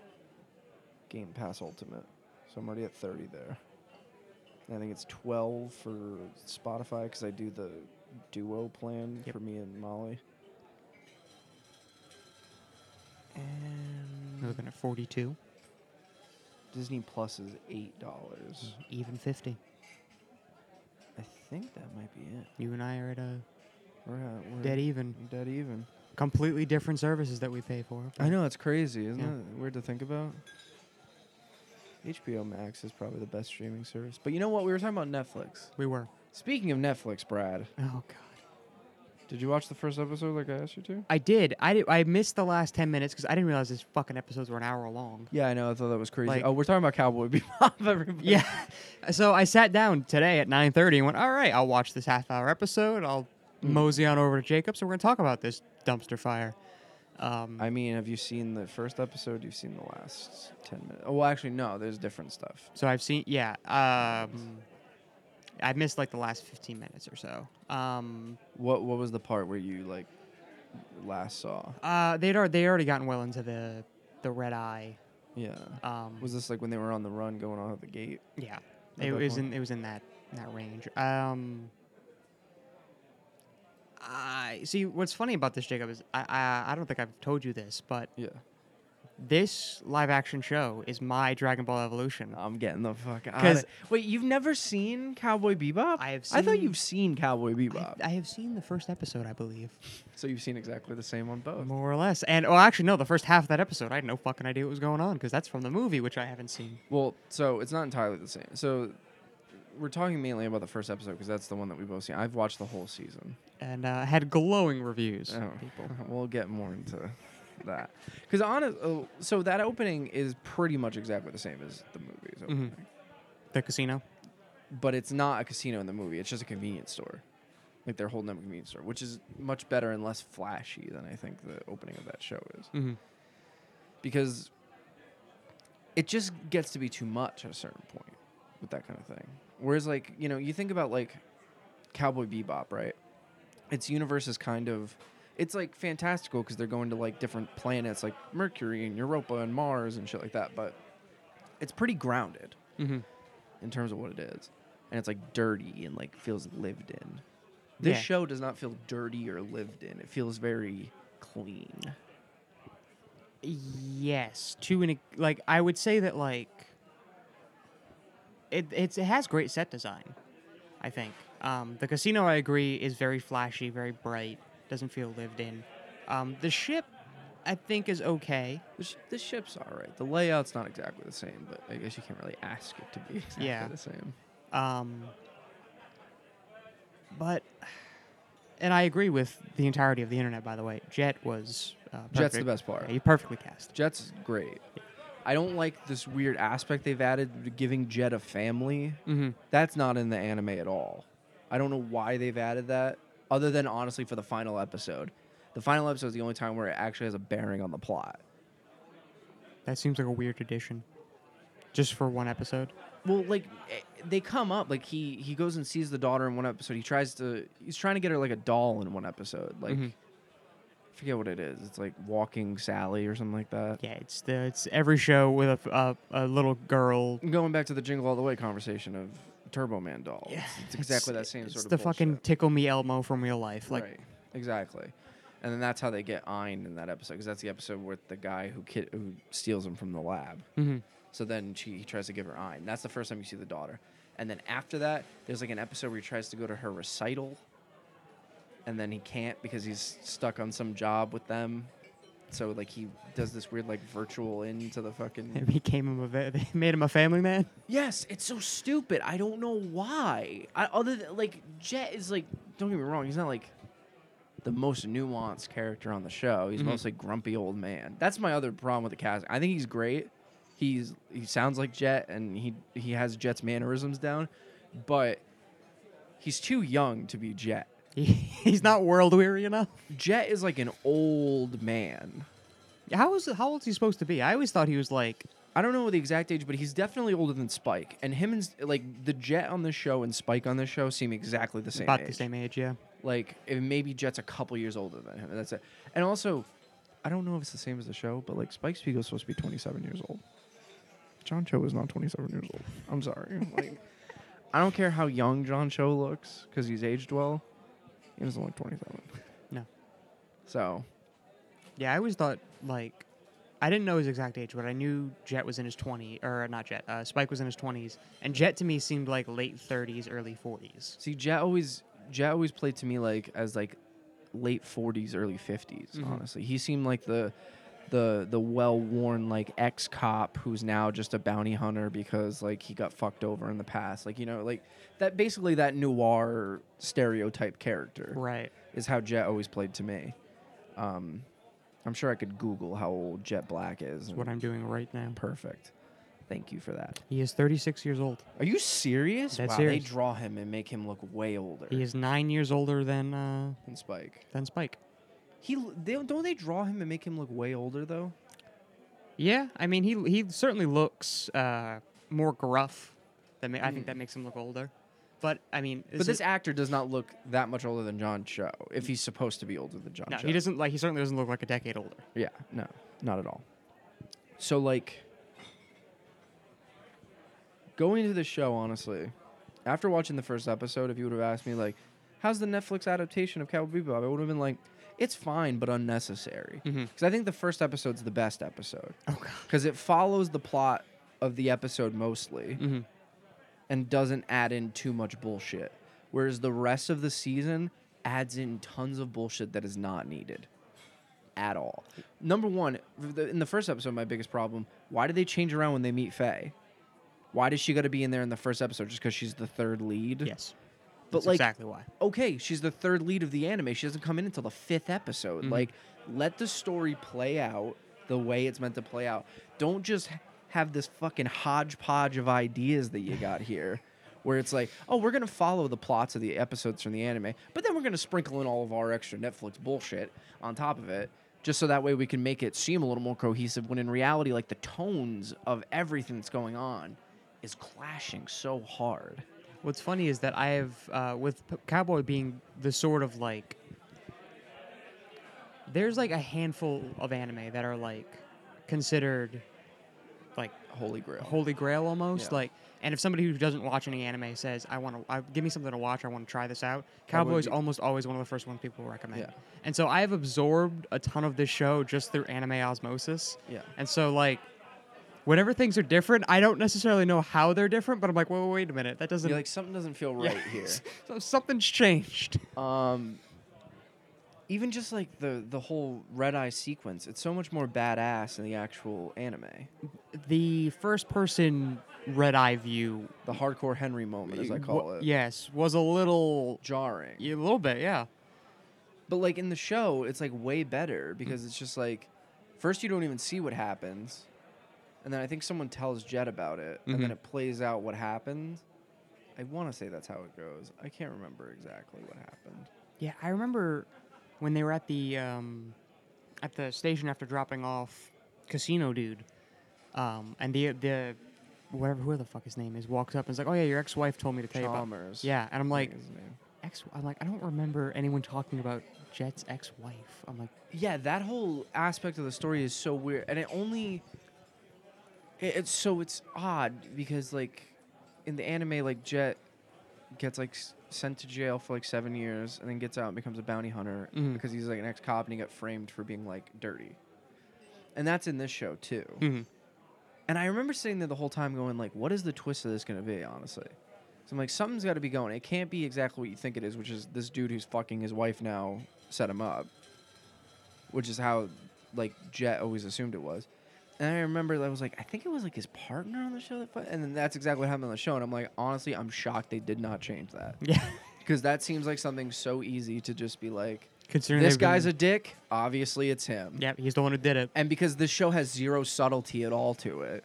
[SPEAKER 1] Game Pass Ultimate. So I'm already at thirty there. And I think it's twelve for Spotify because I do the duo plan
[SPEAKER 2] Yep.
[SPEAKER 1] for me and Molly.
[SPEAKER 2] We're
[SPEAKER 1] And
[SPEAKER 2] looking at 42,
[SPEAKER 1] Disney Plus is eight dollars.
[SPEAKER 2] even 50.
[SPEAKER 1] I think that might be it.
[SPEAKER 2] You and I are at a
[SPEAKER 1] We're at we're
[SPEAKER 2] dead even.
[SPEAKER 1] Dead even.
[SPEAKER 2] Completely different services that we pay for.
[SPEAKER 1] I know it's crazy, isn't
[SPEAKER 2] Yeah.
[SPEAKER 1] it? Weird to think about. HBO Max is probably the best streaming service. But you know what? We were talking about Netflix.
[SPEAKER 2] We were.
[SPEAKER 1] Speaking of Netflix, Brad,
[SPEAKER 2] Oh god.
[SPEAKER 1] did you watch the first episode like I asked you to?
[SPEAKER 2] I did. I did, I missed the last ten minutes because I didn't realize these fucking episodes were an hour long.
[SPEAKER 1] Yeah, I know. I thought that was crazy.
[SPEAKER 2] Like-
[SPEAKER 1] oh, we're talking about Cowboy Bebop, everybody.
[SPEAKER 2] Yeah. So I sat down today at nine thirty and went, all right, I'll watch this half hour episode. I'll mosey on over to Jacobs and we're gonna talk about this dumpster fire. Um,
[SPEAKER 1] I mean, have you seen the first episode? You've seen the last 10 minutes. Oh, well, actually, no. There's different stuff.
[SPEAKER 2] so I've seen yeah. Um, I missed like the last fifteen minutes or so. Um,
[SPEAKER 1] What What was the part where you, like, last saw?
[SPEAKER 2] uh, they'd already they already gotten well into the the red eye.
[SPEAKER 1] Yeah.
[SPEAKER 2] Um,
[SPEAKER 1] Was this, like, when they were on the run going out of the gate?
[SPEAKER 2] Yeah,
[SPEAKER 1] At
[SPEAKER 2] it
[SPEAKER 1] that
[SPEAKER 2] was
[SPEAKER 1] point.
[SPEAKER 2] in it was in that that range. Um, I see. What's funny about this, Jacob, is I, I I don't think I've told you this, but
[SPEAKER 1] Yeah.
[SPEAKER 2] this live action show is my Dragon Ball Evolution.
[SPEAKER 1] I'm getting the fuck out.
[SPEAKER 2] 'Cause-
[SPEAKER 1] Of Wait, you've never seen Cowboy Bebop?
[SPEAKER 2] I have
[SPEAKER 1] I thought
[SPEAKER 2] seen-
[SPEAKER 1] you've seen Cowboy
[SPEAKER 2] I,
[SPEAKER 1] Bebop.
[SPEAKER 2] I have seen the first episode, I believe,
[SPEAKER 1] so you've seen exactly the same on both.
[SPEAKER 2] more or less. And oh, actually, no, the first half of that episode, I had no fucking idea what was going on because that's from the movie, which I haven't seen.
[SPEAKER 1] Well, so it's not entirely the same. So we're talking mainly about the first episode because that's the one that we both see. I've watched the whole season.
[SPEAKER 2] and uh, had glowing reviews.
[SPEAKER 1] Oh,
[SPEAKER 2] from people.
[SPEAKER 1] we'll get more into that because honest. Oh, so that opening is pretty much exactly the same as the movie's opening,
[SPEAKER 2] The casino.
[SPEAKER 1] but it's not a casino in the movie. It's just a convenience store. Like they're holding up a convenience store, which is much better and less flashy than I think the opening of that show is
[SPEAKER 2] Mm-hmm.
[SPEAKER 1] because it just gets to be too much at a certain point with that kind of thing. Whereas, like, you know, you think about like Cowboy Bebop, right? Its universe is kind of it's like fantastical because they're going to like different planets like Mercury and Europa and Mars and shit like that, but it's pretty grounded
[SPEAKER 2] Mm-hmm.
[SPEAKER 1] in terms of what it is. And it's like dirty and like feels lived in. This
[SPEAKER 2] Yeah.
[SPEAKER 1] show does not feel dirty or lived in. It feels very clean.
[SPEAKER 2] Yes, to an ex- like I would say that like it it's, it has great set design. I think um, the casino I agree is very flashy, very bright, doesn't feel lived in. Um, the ship I think is okay.
[SPEAKER 1] The, sh- the ship's all right. The layout's not exactly the same, but I guess you can't really ask it to be exactly
[SPEAKER 2] Yeah.
[SPEAKER 1] the same.
[SPEAKER 2] Um, but and I agree with the entirety of the internet. By the way, Jet was uh, perfect.
[SPEAKER 1] Jet's the best part.
[SPEAKER 2] Yeah, you perfectly cast.
[SPEAKER 1] Jet's great. I don't like this weird aspect they've added to giving Jet a family.
[SPEAKER 2] Mm-hmm.
[SPEAKER 1] That's not in the anime at all. I don't know why they've added that, other than honestly for the final episode. The final episode is the only time where it actually has a bearing on the plot.
[SPEAKER 2] That seems like a weird addition, just for one episode.
[SPEAKER 1] Well, like eh, they come up, like he he goes and sees the daughter in one episode. He tries to he's trying to get her like a doll in one episode, like
[SPEAKER 2] Mhm.
[SPEAKER 1] I forget what it is. It's like walking Sally or something like that.
[SPEAKER 2] Yeah, it's the it's every show with a, f- a- a little girl.
[SPEAKER 1] Going back to the jingle all the way conversation of Turbo Man doll.
[SPEAKER 2] Yeah,
[SPEAKER 1] it's, it's exactly that same
[SPEAKER 2] it's
[SPEAKER 1] sort of
[SPEAKER 2] the fucking
[SPEAKER 1] bullshit.
[SPEAKER 2] tickle me Elmo from real life. Like,
[SPEAKER 1] right. exactly. And then that's how they get Ein in that episode because that's the episode with the guy who kid who steals him from the lab.
[SPEAKER 2] mhm.
[SPEAKER 1] So then she he tries to give her Ein. That's the first time you see the daughter. And then after that, there's like an episode where he tries to go to her recital, and then he can't because he's stuck on some job with them. So like he does this weird like virtual into the fucking
[SPEAKER 2] it became him a ve- they made him a family man.
[SPEAKER 1] Yes, it's so stupid. I don't know why. I, other than like Jet is like, don't get me wrong, he's not like the most nuanced character on the show. He's
[SPEAKER 2] Mhm.
[SPEAKER 1] mostly grumpy old man. That's my other problem with the cast. I think he's great. He's he sounds like Jet and he he has Jet's mannerisms down, but he's too young to be Jet.
[SPEAKER 2] He, he's not world weary enough.
[SPEAKER 1] Jet is like an old man.
[SPEAKER 2] How is how old is he supposed to be? I always thought he was like
[SPEAKER 1] I don't know the exact age, but he's definitely older than Spike. And him and S- like the Jet on this show and Spike on this show seem exactly the same.
[SPEAKER 2] about the
[SPEAKER 1] age.
[SPEAKER 2] same age. Yeah,
[SPEAKER 1] Like it, maybe Jet's a couple years older than him, and that's it. And also, I don't know if it's the same as the show, but like Spike Spiegel's supposed to be 27 years old. John Cho is not 27 years old. I'm sorry. Like, I don't care how young John Cho looks because he's aged well. He doesn't look 27.
[SPEAKER 2] No.
[SPEAKER 1] So
[SPEAKER 2] yeah. I always thought like I didn't know his exact age, but I knew Jet was in his twenty or not Jet. Uh, Spike was in his twenties, and Jet to me seemed like late thirties, early forties.
[SPEAKER 1] see, Jet always Jet always played to me like as like late 40s, early 50s.
[SPEAKER 2] Mhm.
[SPEAKER 1] Honestly, he seemed like the the the well worn like ex cop who's now just a bounty hunter because like he got fucked over in the past. Like you know, like that basically that noir stereotype character
[SPEAKER 2] Right.
[SPEAKER 1] is how Jet always played to me. Um, I'm sure I could Google how old Jet Black is.
[SPEAKER 2] That's what I'm doing right now.
[SPEAKER 1] Perfect. Thank you for that.
[SPEAKER 2] He is thirty six years old.
[SPEAKER 1] Are you serious?
[SPEAKER 2] That's
[SPEAKER 1] wow,
[SPEAKER 2] serious.
[SPEAKER 1] they draw him and make him look way older
[SPEAKER 2] He is nine years older than uh,
[SPEAKER 1] than Spike.
[SPEAKER 2] than Spike.
[SPEAKER 1] He l- they, don't they draw him and make him look way older though?
[SPEAKER 2] Yeah, I mean, he he certainly looks uh, more gruff. That ma- I think that makes him look older. But I mean,
[SPEAKER 1] Hmm. But
[SPEAKER 2] is
[SPEAKER 1] this
[SPEAKER 2] it-
[SPEAKER 1] actor does not look that much older than John Cho, if he's supposed to be older than John
[SPEAKER 2] no,
[SPEAKER 1] Cho.
[SPEAKER 2] he doesn't like. He certainly doesn't look like a decade older.
[SPEAKER 1] Yeah, no, not at all. So like going into the show, honestly, after watching the first episode, if you would have asked me like, "How's the Netflix adaptation of Cowboy Bebop?" I would have been like, "It's fine, but unnecessary." Because
[SPEAKER 2] Mhm.
[SPEAKER 1] I think the first episode's the best episode
[SPEAKER 2] Oh god.
[SPEAKER 1] because it follows the plot of the episode mostly
[SPEAKER 2] Mm-hmm.
[SPEAKER 1] and doesn't add in too much bullshit. Whereas the rest of the season adds in tons of bullshit that is not needed at all. Number one, the- in the first episode, my biggest problem why did they change around when they meet Faye? Why does she got to be in there in the first episode? Just because she's the third lead?
[SPEAKER 2] Yes.
[SPEAKER 1] But,
[SPEAKER 2] That's
[SPEAKER 1] like,
[SPEAKER 2] exactly why.
[SPEAKER 1] okay, she's the third lead of the anime. She doesn't come in until the fifth episode. Like, let the story play out the way it's meant to play out. Don't just h- have this fucking hodgepodge of ideas that you got here. Where it's like, oh, we're gonna follow the plots of the episodes from the anime, but then we're gonna sprinkle in all of our extra Netflix bullshit on top of it, just so that way we can make it seem a little more cohesive. When in reality, like the tones of everything that's going on is clashing so hard.
[SPEAKER 2] What's funny is that I have, uh, with P- Cowboy being the sort of like, there's like a handful of anime that are like considered like
[SPEAKER 1] Holy grail.
[SPEAKER 2] holy grail almost.
[SPEAKER 1] Yeah.
[SPEAKER 2] Like, and if somebody who doesn't watch any anime says, "I want to I, give me something to watch, I want to try this out,"
[SPEAKER 1] Cowboy
[SPEAKER 2] Cowboy's
[SPEAKER 1] Bebop.
[SPEAKER 2] almost always one of the first ones people recommend.
[SPEAKER 1] Yeah.
[SPEAKER 2] And so I have absorbed a ton of this show just through anime osmosis.
[SPEAKER 1] Yeah.
[SPEAKER 2] And so like. Whenever things are different, I don't necessarily know how they're different, but I'm like, whoa, wait a minute, that doesn't
[SPEAKER 1] You're like something doesn't feel
[SPEAKER 2] Yeah.
[SPEAKER 1] right
[SPEAKER 2] so something's changed.
[SPEAKER 1] here. Um, even just like the the whole red eye sequence, it's so much more badass in the actual anime.
[SPEAKER 2] The first person red eye view,
[SPEAKER 1] The hardcore Henry moment, as I
[SPEAKER 2] wa-
[SPEAKER 1] call it,
[SPEAKER 2] yes, was a little,
[SPEAKER 1] jarring.
[SPEAKER 2] a little bit, yeah.
[SPEAKER 1] But like in the show, it's like way better because
[SPEAKER 2] Mm.
[SPEAKER 1] it's just like, first you don't even see what happens, and then I think someone tells Jed about it, and then
[SPEAKER 2] Mhm.
[SPEAKER 1] it plays out what happened. I want to say that's how it goes. I can't remember exactly what happened.
[SPEAKER 2] Yeah, I remember when they were at the um, at the station after dropping off Casino Dude, um, and the the whatever who the fuck his name is walked up and was like, "Oh yeah, your ex-wife told me to tell you about."
[SPEAKER 1] Chalmers.
[SPEAKER 2] Yeah, and I'm
[SPEAKER 1] I think
[SPEAKER 2] like,
[SPEAKER 1] is his name.
[SPEAKER 2] ex. I'm like, I don't remember anyone talking about Jet's ex-wife. I'm like,
[SPEAKER 1] yeah that whole aspect of the story is so weird and it only it, it's so it's odd because like in the anime like jet gets like s- sent to jail for like seven years and then gets out and becomes a bounty hunter
[SPEAKER 2] Mhm.
[SPEAKER 1] because he's like an ex-cop and he got framed for being like dirty and that's in this show too
[SPEAKER 2] mm
[SPEAKER 1] and i remember sitting there the whole time going like what is the twist of this going to be honestly so i'm like something's got to be going it can't be exactly what you think it is which is this dude who's fucking his wife now set him up which is how like Jet always assumed it was. And I remember I was like, I think it was like his partner on the show that, fu- and then that's exactly what happened on the show. And I'm like, honestly, I'm shocked they did not change that
[SPEAKER 2] yeah.
[SPEAKER 1] because that seems like something so easy to just be like,
[SPEAKER 2] Considering
[SPEAKER 1] this guy's a dick. Obviously, it's him.
[SPEAKER 2] yeah, he's the one who did it.
[SPEAKER 1] And because this show has zero subtlety at all to it,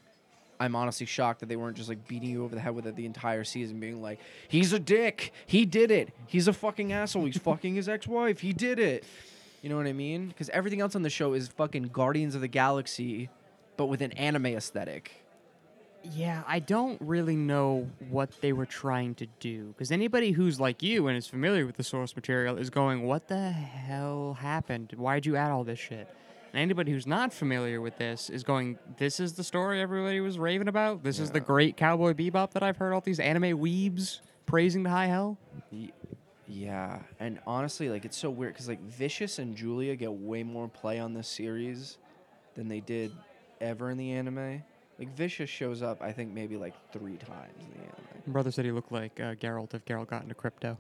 [SPEAKER 1] I'm honestly shocked that they weren't just like beating you over the head with it the entire season, being like, he's a dick. He did it. He's a fucking asshole. He's fucking his ex wife. He did it. You know what I mean? Because everything else on the show is fucking Guardians of the Galaxy, but with an anime aesthetic.
[SPEAKER 2] Yeah, I don't really know what they were trying to do because anybody who's like you and is familiar with the source material is going, "What the hell happened? Why'd you add all this shit?" And anybody who's not familiar with this is going, "This is the story everybody was raving about. This is the
[SPEAKER 1] Yeah.
[SPEAKER 2] great Cowboy Bebop that I've heard all these anime weebs praising to high hell."
[SPEAKER 1] Y- Yeah, and honestly, like it's so weird because like Vicious and Julia get way more play on this series than they did ever in the anime. Like Vicious shows up, I think maybe like three times in the anime.
[SPEAKER 2] My brother said he looked like uh, Geralt if Geralt got into crypto.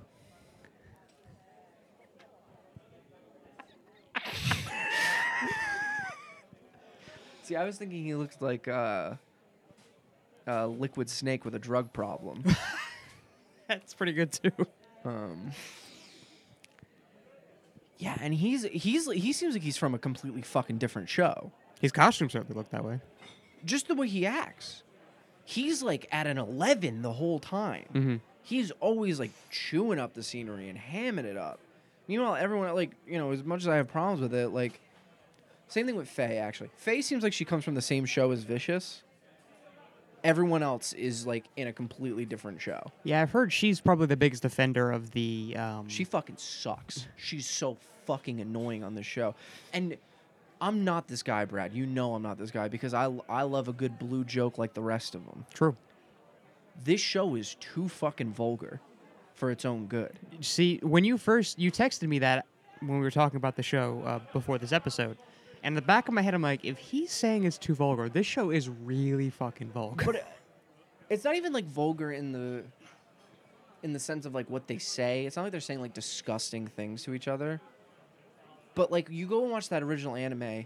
[SPEAKER 1] See, I was thinking he looked like uh, a liquid snake with a drug problem.
[SPEAKER 2] That's pretty good too.
[SPEAKER 1] um, yeah, and he's he's he seems like he's from a completely fucking different show.
[SPEAKER 2] His costume certainly looked that way.
[SPEAKER 1] Just the way he acts, he's like at an eleven the whole time.
[SPEAKER 2] Mm-hmm.
[SPEAKER 1] he's always like chewing up the scenery and hamming it up. Meanwhile, everyone like you know as much as I have problems with it, like same thing with Faye actually. Faye seems like she comes from the same show as Vicious. Everyone else is like in a completely different show.
[SPEAKER 2] Yeah, I've heard she's probably the biggest offender of the. Um,
[SPEAKER 1] She fucking sucks. She's so fucking annoying on this show. And I'm not this guy, Brad. You know I'm not this guy because I I love a good blue joke like the rest of them.
[SPEAKER 2] True.
[SPEAKER 1] This show is too fucking vulgar for its own good.
[SPEAKER 2] See, when you first you texted me that when we were talking about the show uh, before this episode, and the back of my head, I'm like, if he's saying it's too vulgar, this show is really fucking vulgar.
[SPEAKER 1] but it- it's not even like vulgar in the in the sense of like what they say. It's not like they're saying like disgusting things to each other. But like you go and watch that original anime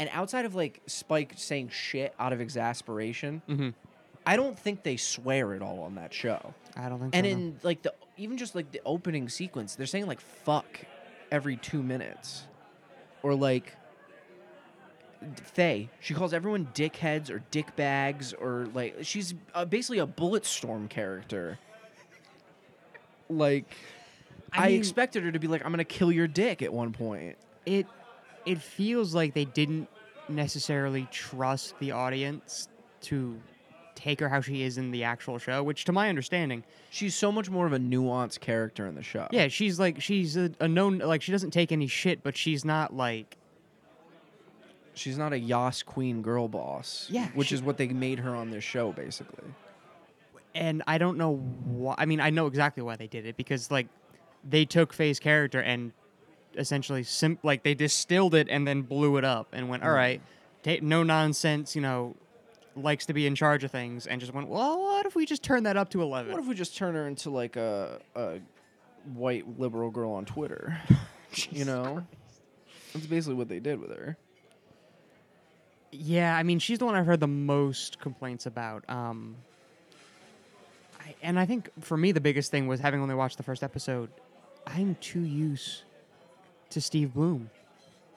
[SPEAKER 1] and outside of like Spike saying shit out of exasperation,
[SPEAKER 2] Mhm.
[SPEAKER 1] I don't think they swear at all on that show.
[SPEAKER 2] I don't think
[SPEAKER 1] And
[SPEAKER 2] so. no.
[SPEAKER 1] in like the even just like the opening sequence, they're saying like fuck every two minutes, or like Faye. She calls everyone dickheads or dickbags or like she's uh, basically a bullet storm character. Like, I,
[SPEAKER 2] I mean-
[SPEAKER 1] expected her to be like, "I'm gonna kill your dick" at one point.
[SPEAKER 2] it it feels like they didn't necessarily trust the audience to take her how she is in the actual show, which to my understanding,
[SPEAKER 1] She's so much more of a nuanced character in the show.
[SPEAKER 2] yeah, she's like she's a, a known like she doesn't take any shit, but she's not like
[SPEAKER 1] she's not a Yas Queen girl boss.
[SPEAKER 2] Yeah,
[SPEAKER 1] which
[SPEAKER 2] she-
[SPEAKER 1] is what they made her on this show, basically.
[SPEAKER 2] and I don't know why I mean, I know exactly why they did it because like they took Faye's character and essentially sim- like they distilled it and then blew it up and went, "All right, ta-
[SPEAKER 1] Mm-hmm.
[SPEAKER 2] no nonsense, you know, likes to be in charge of things and just went, "Well, what if we just turn that up to 11?"
[SPEAKER 1] What if we just turn her into like a, a white liberal girl on Twitter? you know, that's basically what they did with her.
[SPEAKER 2] Yeah, I mean, she's the one I've heard the most complaints about. Um, I, and I think for me, the biggest thing was having only watched the first episode. I'm too used to Steve Bloom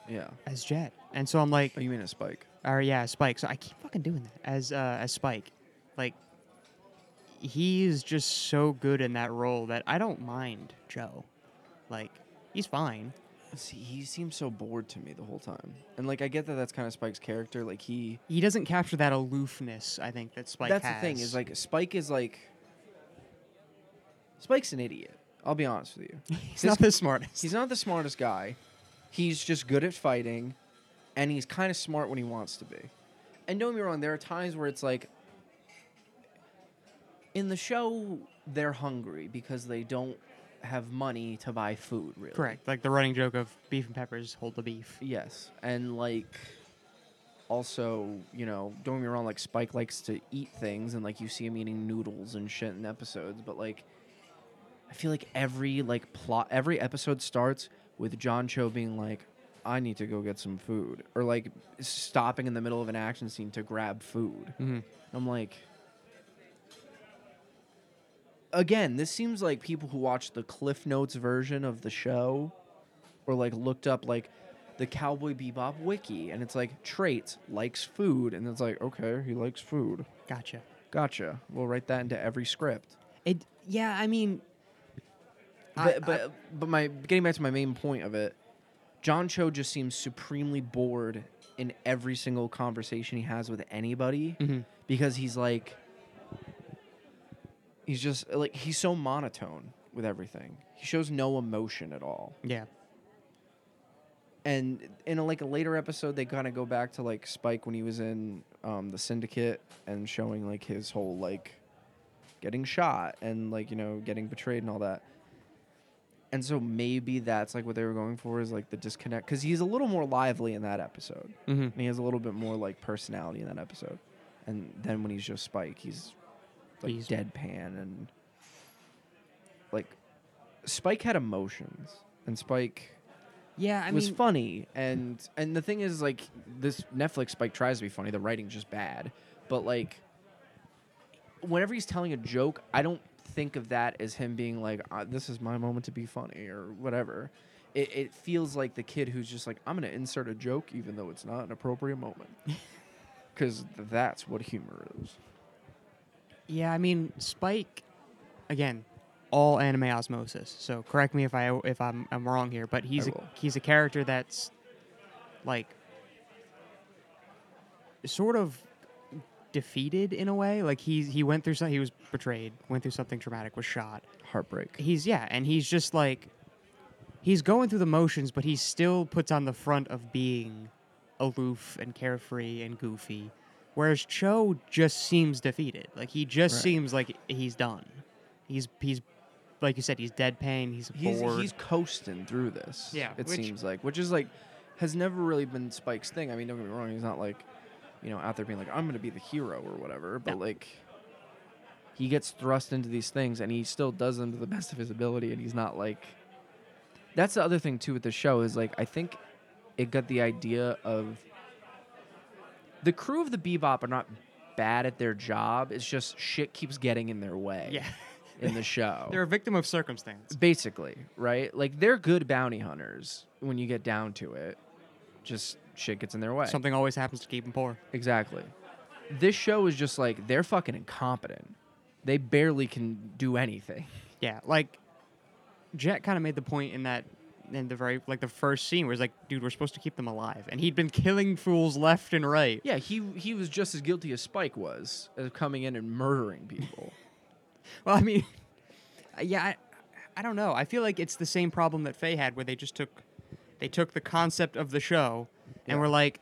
[SPEAKER 1] Yeah.
[SPEAKER 2] as Jet, and so I'm like,
[SPEAKER 1] Oh, you mean a spike?
[SPEAKER 2] or yeah, Spike. So I keep fucking doing that as uh, as Spike. Like, he is just so good in that role that I don't mind Joe. Like, he's fine.
[SPEAKER 1] See, he seems so bored to me the whole time, and like I get that that's kind of Spike's character. Like he,
[SPEAKER 2] He doesn't capture that aloofness. I think that Spike.
[SPEAKER 1] that's
[SPEAKER 2] has.
[SPEAKER 1] the thing is like Spike is like Spike's an idiot. I'll be honest with you.
[SPEAKER 2] he's not the smartest.
[SPEAKER 1] He's not the smartest guy. He's just good at fighting, and he's kind of smart when he wants to be. And don't get me wrong, there are times where it's like in the show they're hungry because they don't have money to buy food, really.
[SPEAKER 2] Correct. Like the running joke of beef and peppers hold the beef.
[SPEAKER 1] Yes. And like also, you know, don't get me wrong, like Spike likes to eat things and like you see him eating noodles and shit in episodes, but like I feel like every like plot every episode starts with John Cho being like, I need to go get some food. Or like stopping in the middle of an action scene to grab food.
[SPEAKER 2] Mm-hmm.
[SPEAKER 1] I'm like Again, this seems like people who watched the Cliff Notes version of the show or like looked up like the Cowboy Bebop wiki and it's like traits, likes food and it's like okay, he likes food.
[SPEAKER 2] Gotcha.
[SPEAKER 1] Gotcha. We'll write that into every script.
[SPEAKER 2] It. Yeah. I mean. I-
[SPEAKER 1] But but but my getting back to my main point of it, John Cho just seems supremely bored in every single conversation he has with anybody
[SPEAKER 2] Mhm.
[SPEAKER 1] because he's like he's just like he's so monotone with everything. He shows no emotion at all.
[SPEAKER 2] yeah.
[SPEAKER 1] And in a, like a later episode, they kind of go back to like Spike when he was in um, the Syndicate and showing like his whole like getting shot and like you know getting betrayed and all that. And so maybe that's like what they were going for is like the disconnect because he's a little more lively in that episode
[SPEAKER 2] Mm-hmm.
[SPEAKER 1] and he has a little bit more like personality in that episode. And then when he's just Spike, he's like
[SPEAKER 2] He's-
[SPEAKER 1] deadpan and like Spike had emotions and Spike
[SPEAKER 2] Yeah. I
[SPEAKER 1] was
[SPEAKER 2] mean.
[SPEAKER 1] funny and and the thing is like this Netflix spike tries to be funny the writing's just bad but like whenever he's telling a joke I don't think of that as him being like uh, this is my moment to be funny or whatever it, it feels like the kid who's just like I'm gonna insert a joke even though it's not an appropriate moment because that's what humor is
[SPEAKER 2] yeah. I mean. Spike. Again. All anime osmosis. So correct me if I if I'm I'm wrong here, but he's a,
[SPEAKER 1] will.
[SPEAKER 2] he's a character that's like sort of defeated in a way. Like he he went through something. He was betrayed. Went through something traumatic. Was shot.
[SPEAKER 1] heartbreak
[SPEAKER 2] he's yeah, and he's just like he's going through the motions, but he still puts on the front of being aloof and carefree and goofy. Whereas Cho just seems defeated. Like he just
[SPEAKER 1] Right.
[SPEAKER 2] seems like he's done. He's he's like you said, he's deadpan, he's,
[SPEAKER 1] he's,
[SPEAKER 2] bored.
[SPEAKER 1] he's coasting through this.
[SPEAKER 2] Yeah,
[SPEAKER 1] it
[SPEAKER 2] which-
[SPEAKER 1] seems like, which is like, has never really been Spike's thing. I mean, don't get me wrong, he's not like, you know, out there being like, I'm gonna be the hero or whatever. But
[SPEAKER 2] No.
[SPEAKER 1] like, he gets thrust into these things, and he still does them to the best of his ability, and he's not like. That's the other thing too with the show is like I think it got the idea of. The crew of the Bebop are not bad at their job. It's just shit keeps getting in their way.
[SPEAKER 2] Yeah.
[SPEAKER 1] In the show.
[SPEAKER 2] They're a victim of circumstance.
[SPEAKER 1] Basically, right? Like they're good bounty hunters when you get down to it. Just shit gets in their way.
[SPEAKER 2] Something always happens to keep them poor.
[SPEAKER 1] Exactly. This show is just like they're fucking incompetent. They barely can do anything.
[SPEAKER 2] Yeah, like Jet kind of made the point in that in the very like the first scene where he's like, "Dude, we're supposed to keep them alive," and he'd been killing fools left and right.
[SPEAKER 1] Yeah, he he was just as guilty as Spike was of coming in and murdering people.
[SPEAKER 2] Well, I mean, uh, yeah, I, I don't know. I feel like it's the same problem that Faye had, where they just took they took the concept of the show and
[SPEAKER 1] Yeah.
[SPEAKER 2] were like,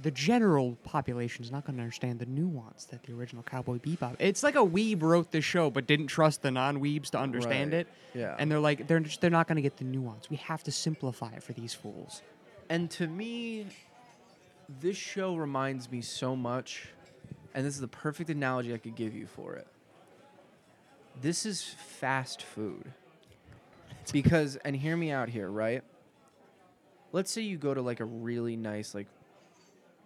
[SPEAKER 2] the general population is not going to understand the nuance that the original Cowboy Bebop. It's like a weeb wrote the show but didn't trust the non-weebs to understand
[SPEAKER 1] Right.
[SPEAKER 2] it.
[SPEAKER 1] Yeah.
[SPEAKER 2] and they're like, they're just they're not going to get the nuance. We have to simplify it for these fools.
[SPEAKER 1] and to me, this show reminds me so much, and this is the perfect analogy I could give you for it. This is fast food. Because, and hear me out here, right? Let's say you go to like a really nice, like,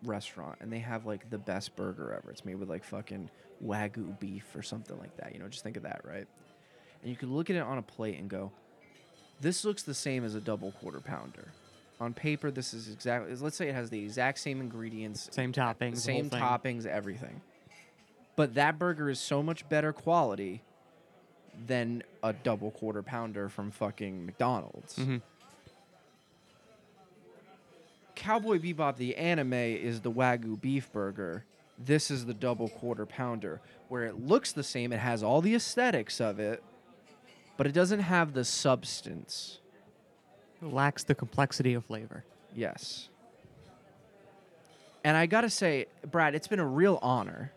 [SPEAKER 1] restaurant and they have like the best burger ever. It's made with like fucking wagyu beef or something like that. You know, just think of that, right? And you can look at it on a plate and go, this looks the same as a double quarter pounder. On paper, this is exactly, let's say it has the exact same ingredients,
[SPEAKER 2] Same toppings, the whole
[SPEAKER 1] same
[SPEAKER 2] thing.
[SPEAKER 1] toppings, everything. But that burger is so much better quality than a double quarter pounder from fucking McDonald's.
[SPEAKER 2] Mhm.
[SPEAKER 1] Cowboy Bebop the anime is the wagyu beef burger. This is the double quarter pounder where it looks the same, it has all the aesthetics of it, but it doesn't have the substance.
[SPEAKER 2] lacks the complexity of flavor.
[SPEAKER 1] Yes. And I gotta say, Brad, it's been a real honor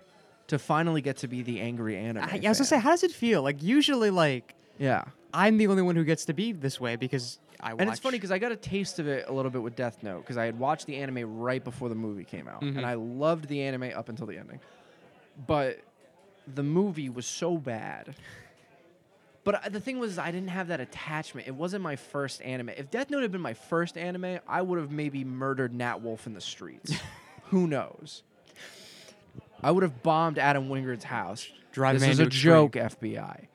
[SPEAKER 1] to finally get to be the angry anime.
[SPEAKER 2] I, I was gonna say,
[SPEAKER 1] fan.
[SPEAKER 2] how does it feel? Like usually, like
[SPEAKER 1] yeah.
[SPEAKER 2] I'm the only one who gets to be this way because I watch.
[SPEAKER 1] And it's funny because I got a taste of it a little bit with Death Note because I had watched the anime right before the movie came out,
[SPEAKER 2] Mhm.
[SPEAKER 1] and I loved the anime up until the ending, but the movie was so bad. But I- the thing was, I didn't have that attachment. It wasn't my first anime. If Death Note had been my first anime, I would have maybe murdered Nat Wolf in the streets. Who knows? I would have bombed Adam Wingard's house.
[SPEAKER 2] Drive
[SPEAKER 1] this
[SPEAKER 2] him
[SPEAKER 1] is
[SPEAKER 2] into
[SPEAKER 1] a
[SPEAKER 2] extreme.
[SPEAKER 1] joke, FBI.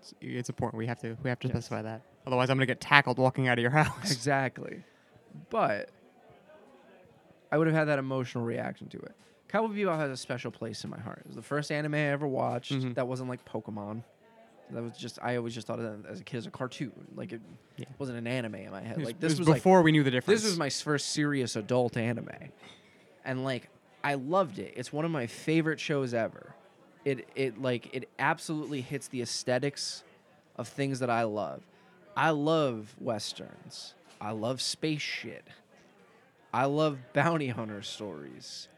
[SPEAKER 2] it's, it's important. We have to we have to specify that. Otherwise, I'm gonna get tackled walking out of your house.
[SPEAKER 1] Exactly. But I would have had that emotional reaction to it. Cowboy Bebop has a special place in my heart. It was the first anime I ever watched
[SPEAKER 2] Mhm.
[SPEAKER 1] that wasn't like Pokemon. That was just I always just thought of that as a kid as a cartoon. Like it
[SPEAKER 2] Yeah.
[SPEAKER 1] wasn't an anime in my head.
[SPEAKER 2] It was-
[SPEAKER 1] Like
[SPEAKER 2] it
[SPEAKER 1] this
[SPEAKER 2] was,
[SPEAKER 1] was, like
[SPEAKER 2] before we knew the difference.
[SPEAKER 1] this was my first serious adult anime. And like I loved it. It's one of my favorite shows ever. It it like it absolutely hits the aesthetics of things that I love. I love westerns. I love space shit. I love bounty hunter stories.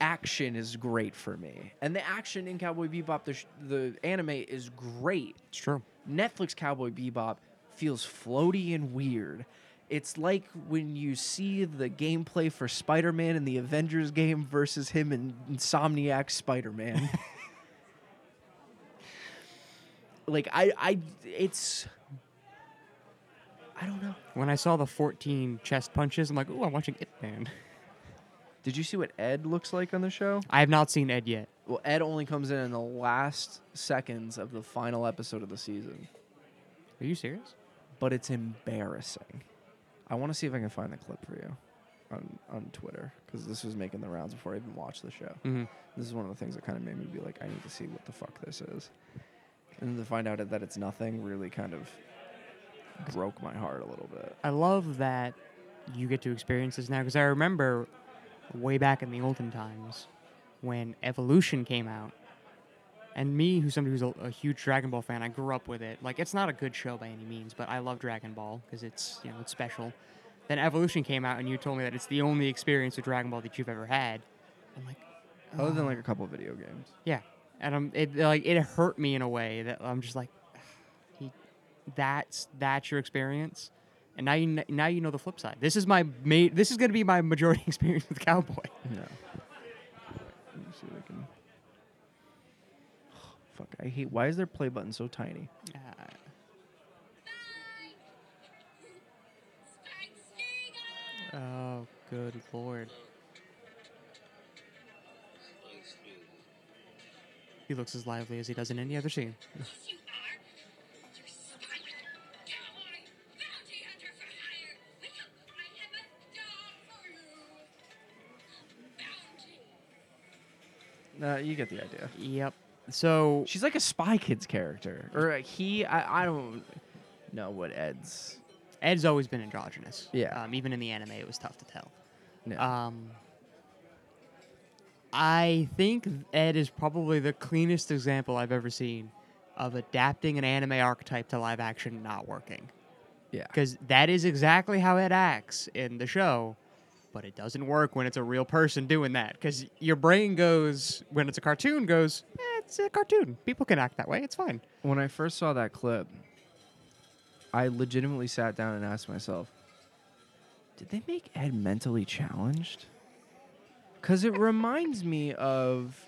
[SPEAKER 1] Action is great for me. And the action in Cowboy Bebop the sh- the anime is great.
[SPEAKER 2] it's true.
[SPEAKER 1] Netflix Cowboy Bebop feels floaty and weird. It's like when you see the gameplay for Spider Man in the Avengers game versus him in Insomniac Spider Man. like, I, I, it's, I don't know.
[SPEAKER 2] When I saw the 14 chest punches, I'm like, ooh, I'm watching It Man.
[SPEAKER 1] Did you see what Ed looks like on the show?
[SPEAKER 2] I have not seen Ed yet.
[SPEAKER 1] Well, Ed only comes in in the last seconds of the final episode of the season,
[SPEAKER 2] Are you serious?
[SPEAKER 1] but it's embarrassing. I want to see if I can find the clip for you on, on Twitter because this was making the rounds before I even watched the show.
[SPEAKER 2] Mm-hmm.
[SPEAKER 1] This is one of the things that kind of made me be like, I need to see what the fuck this is. And to find out that it's nothing really kind of broke my heart a little bit.
[SPEAKER 2] I love that you get to experience this now because I remember way back in the olden times when Evolution came out. And me, who's somebody who's a, a huge Dragon Ball fan, I grew up with it. Like, it's not a good show by any means, but I love Dragon Ball because it's, you know, it's special. Then Evolution came out, and you told me that it's the only experience with Dragon Ball that you've ever had. I'm like,
[SPEAKER 1] Other
[SPEAKER 2] "Oh."
[SPEAKER 1] than like a couple video games.
[SPEAKER 2] Yeah, and I'm it like it hurt me in a way that I'm just like, he, that's that's your experience, and now you kn- now you know the flip side. This is my ma- This is gonna be my majority experience with Cowboy.
[SPEAKER 1] No. Let me see if I can. Fuck, I hate. Why is their play button so tiny?
[SPEAKER 2] Uh, oh, good lord!
[SPEAKER 3] Please do
[SPEAKER 2] He looks as lively as he does in any other scene.
[SPEAKER 3] Yes, you are. You spineless cowboy, bounty hunter for hire. Wake up! I have a dog for you. Bounty.
[SPEAKER 1] No, you get the idea.
[SPEAKER 2] Yep. So
[SPEAKER 1] She's like a Spy Kids character,
[SPEAKER 2] uh,
[SPEAKER 1] or like he. I, I don't know what Ed's.
[SPEAKER 2] Ed's always been androgynous.
[SPEAKER 1] Yeah.
[SPEAKER 2] Um, even in the anime, it was tough to tell.
[SPEAKER 1] No.
[SPEAKER 2] Um, I think Ed is probably the cleanest example I've ever seen of adapting an anime archetype to live action not working.
[SPEAKER 1] yeah.
[SPEAKER 2] Because that is exactly how it acts in the show, but it doesn't work when it's a real person doing that. Because your brain goes, when it's a cartoon, goes, "Eh, it's a cartoon. People can act that way. It's fine.
[SPEAKER 1] When I first saw that clip, I legitimately sat down and asked myself, did they make Ed mentally challenged? Because it reminds me of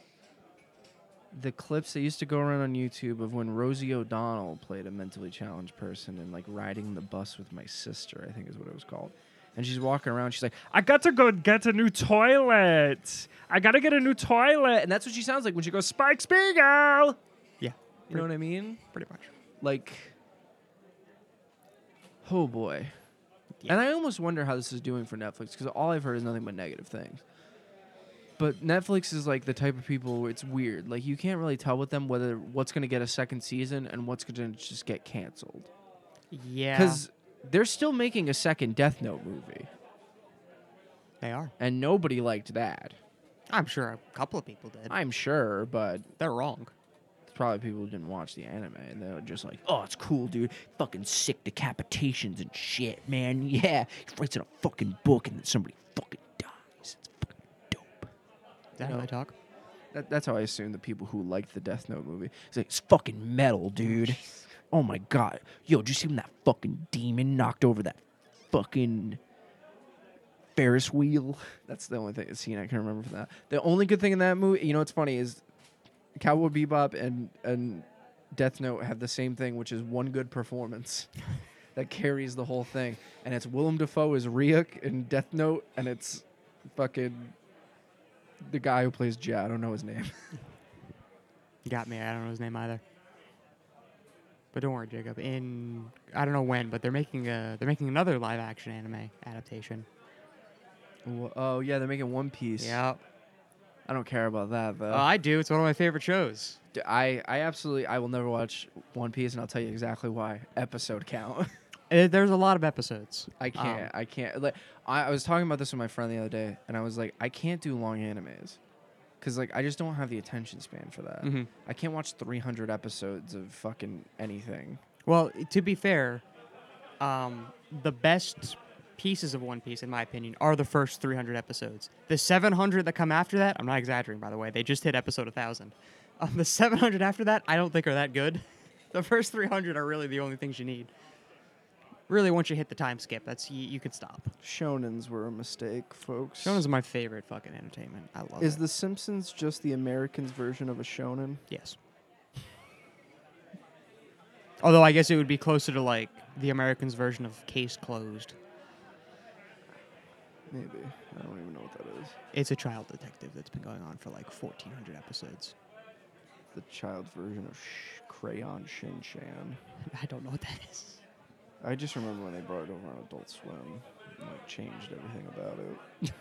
[SPEAKER 1] the clips that used to go around on YouTube of when Rosie O'Donnell played a mentally challenged person and like riding the bus with my sister, I think is what it was called. And she's walking around, she's like, I got to go get a new toilet. I got to get a new toilet. And that's what she sounds like when she goes, Spike Spiegel.
[SPEAKER 2] Yeah.
[SPEAKER 1] You know what I mean?
[SPEAKER 2] Pretty much.
[SPEAKER 1] like oh boy
[SPEAKER 2] Yeah.
[SPEAKER 1] and i almost wonder how this is doing for netflix because all i've heard is nothing but negative things but netflix is like the type of people where it's weird like you can't really tell with them whether what's going to get a second season and what's going to just get canceled
[SPEAKER 2] Yeah.
[SPEAKER 1] because they're still making a second death note movie
[SPEAKER 2] they are.
[SPEAKER 1] and nobody liked that
[SPEAKER 2] I'm sure a couple of people did.
[SPEAKER 1] i'm sure but
[SPEAKER 2] They're wrong.
[SPEAKER 1] probably people who didn't watch the anime and they were just like, oh, it's cool, dude. Fucking sick decapitations and shit, man. Yeah. He writes in a fucking book and then somebody fucking dies. It's fucking dope.
[SPEAKER 2] Is that how
[SPEAKER 1] No.
[SPEAKER 2] they talk?
[SPEAKER 1] That, that's how I assume the people who liked the Death Note movie. It's like, it's fucking metal, dude. Oh my god. Yo, did you see when that fucking demon knocked over that fucking Ferris wheel? That's the only thing, scene I can remember from that. The only good thing in that movie, you know what's funny, is Cowboy Bebop and, and Death Note have the same thing, which is one good performance. That carries the whole thing, and it's Willem Dafoe as Ryuk in Death Note, and it's fucking the guy who plays Jet. I don't know his name.
[SPEAKER 2] You got me. I don't know his name either. But don't worry, Jacob. In I don't know when, but they're making a they're making another live action anime adaptation.
[SPEAKER 1] Wha- Oh yeah, they're making One Piece.
[SPEAKER 2] Yep.
[SPEAKER 1] I don't care about that though.
[SPEAKER 2] Oh, I do. It's one of my favorite shows.
[SPEAKER 1] D- I I absolutely I will never watch One Piece, and I'll tell you exactly why. Episode count.
[SPEAKER 2] Uh, There's a lot of episodes.
[SPEAKER 1] I
[SPEAKER 2] Um,
[SPEAKER 1] can't. I can't. Like I, I was talking about this with my friend the other day, and I was like, I can't do long animes, because like I just don't have the attention span for that.
[SPEAKER 2] Mhm.
[SPEAKER 1] I can't watch 300 episodes of fucking anything.
[SPEAKER 2] Well, to be fair, um, the best pieces of One Piece, in my opinion, are the first 300 episodes. The 700 that come after that, I'm not exaggerating, by the way. They just hit episode 1,000. Um, the 700 after that, I don't think are that good. The first 300 are really the only things you need. Really, once you hit the time skip, that's you, you could stop.
[SPEAKER 1] Shonens were a mistake, folks.
[SPEAKER 2] Shonen's my favorite fucking entertainment. I love
[SPEAKER 4] Is
[SPEAKER 2] it.
[SPEAKER 4] The Simpsons just the Americans' version of a shonen?
[SPEAKER 2] Yes. Although I guess it would be closer to like the Americans' version of Case Closed.
[SPEAKER 4] Maybe. I don't even know what that is.
[SPEAKER 2] It's a child detective that's been going on for like 1,400 episodes.
[SPEAKER 4] The child's version of sh- Crayon Shin Chan.
[SPEAKER 2] I don't know what that is.
[SPEAKER 4] I just remember when they brought it over on Adult Swim and like changed everything about it.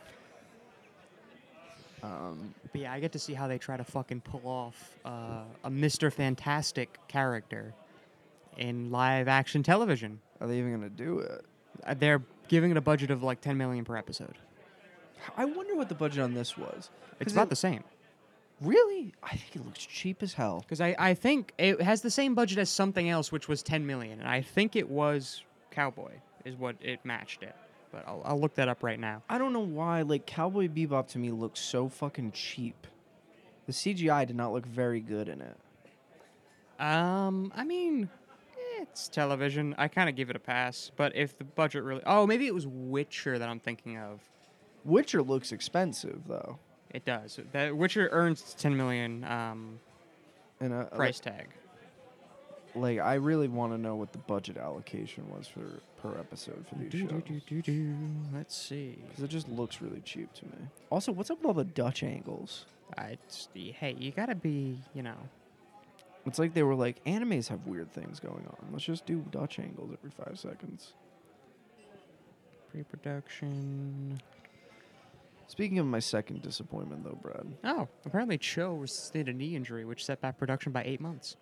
[SPEAKER 4] um,
[SPEAKER 2] But yeah, I get to see how they try to fucking pull off uh, a Mr. Fantastic character in live action television.
[SPEAKER 4] are they even gonna do it?
[SPEAKER 2] Uh, They're giving it a budget of like 10 million per episode.
[SPEAKER 1] I wonder what the budget on this was.
[SPEAKER 2] It's
[SPEAKER 1] 'Cause
[SPEAKER 2] about
[SPEAKER 1] it-
[SPEAKER 2] the same.
[SPEAKER 1] Really, I think it looks cheap as hell.
[SPEAKER 2] Because I, I think it has the same budget as something else, which was 10 million. And I think it was Cowboy, is what it matched it. But I'll, I'll look that up right now.
[SPEAKER 1] I don't know why, like Cowboy Bebop to me looks so fucking cheap. The CGI did not look very good in it.
[SPEAKER 2] Um, I mean, it's television. I kind of give it a pass. But if the budget really, oh, maybe it was Witcher that I'm thinking of.
[SPEAKER 4] Witcher looks expensive though.
[SPEAKER 2] It does. That Witcher earns 10 million um,
[SPEAKER 1] Oh,
[SPEAKER 4] And uh,
[SPEAKER 2] price tag.
[SPEAKER 4] uh,
[SPEAKER 1] like I really want to know what the budget allocation was for per episode for these
[SPEAKER 2] Do, do,
[SPEAKER 1] shows.
[SPEAKER 2] do, do, do. Let's see.
[SPEAKER 1] Because it just looks really cheap to me. Also, what's up with all the Dutch angles?
[SPEAKER 2] I just, hey, you gotta be, you know,
[SPEAKER 1] It's like they were like, animes have weird things going on. Let's just do Dutch angles every five seconds.
[SPEAKER 2] pre-production.
[SPEAKER 1] Speaking of my second disappointment, though, Brad,
[SPEAKER 2] Oh, apparently Cho sustained a knee injury, which set back production by eight months,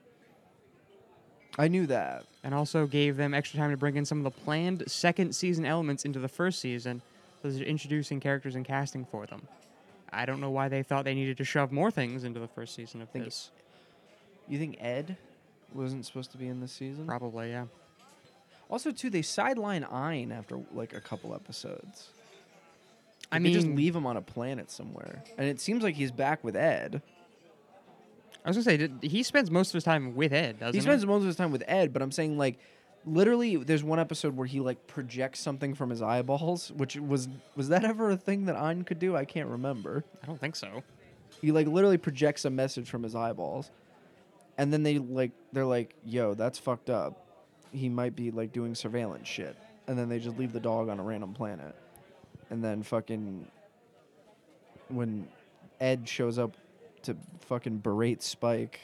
[SPEAKER 1] I knew that.
[SPEAKER 2] and also gave them extra time to bring in some of the planned second season elements into the first season, so they're introducing characters and casting for them. I don't know why they thought they needed to shove more things into the first season of
[SPEAKER 1] Think-
[SPEAKER 2] this.
[SPEAKER 1] You think Ed wasn't supposed to be in this season?
[SPEAKER 2] Probably, yeah.
[SPEAKER 1] Also, too, they sideline Ayn after like a couple episodes.
[SPEAKER 2] I
[SPEAKER 1] Like, they
[SPEAKER 2] mean,
[SPEAKER 1] just leave him on a planet somewhere, and it seems like he's back with Ed.
[SPEAKER 2] I was gonna say did- he spends most of his time with Ed, doesn't
[SPEAKER 1] He spends most of his time with Ed, but I'm saying like literally there's one episode where he like projects something from his eyeballs, which was was that ever a thing that Ayn could do? I can't remember.
[SPEAKER 2] I don't think so.
[SPEAKER 1] He like literally projects a message from his eyeballs. And then they like they're like, "Yo, that's fucked up. He might be like doing surveillance shit." And then they just leave the dog on a random planet. And then fucking when Ed shows up to fucking berate Spike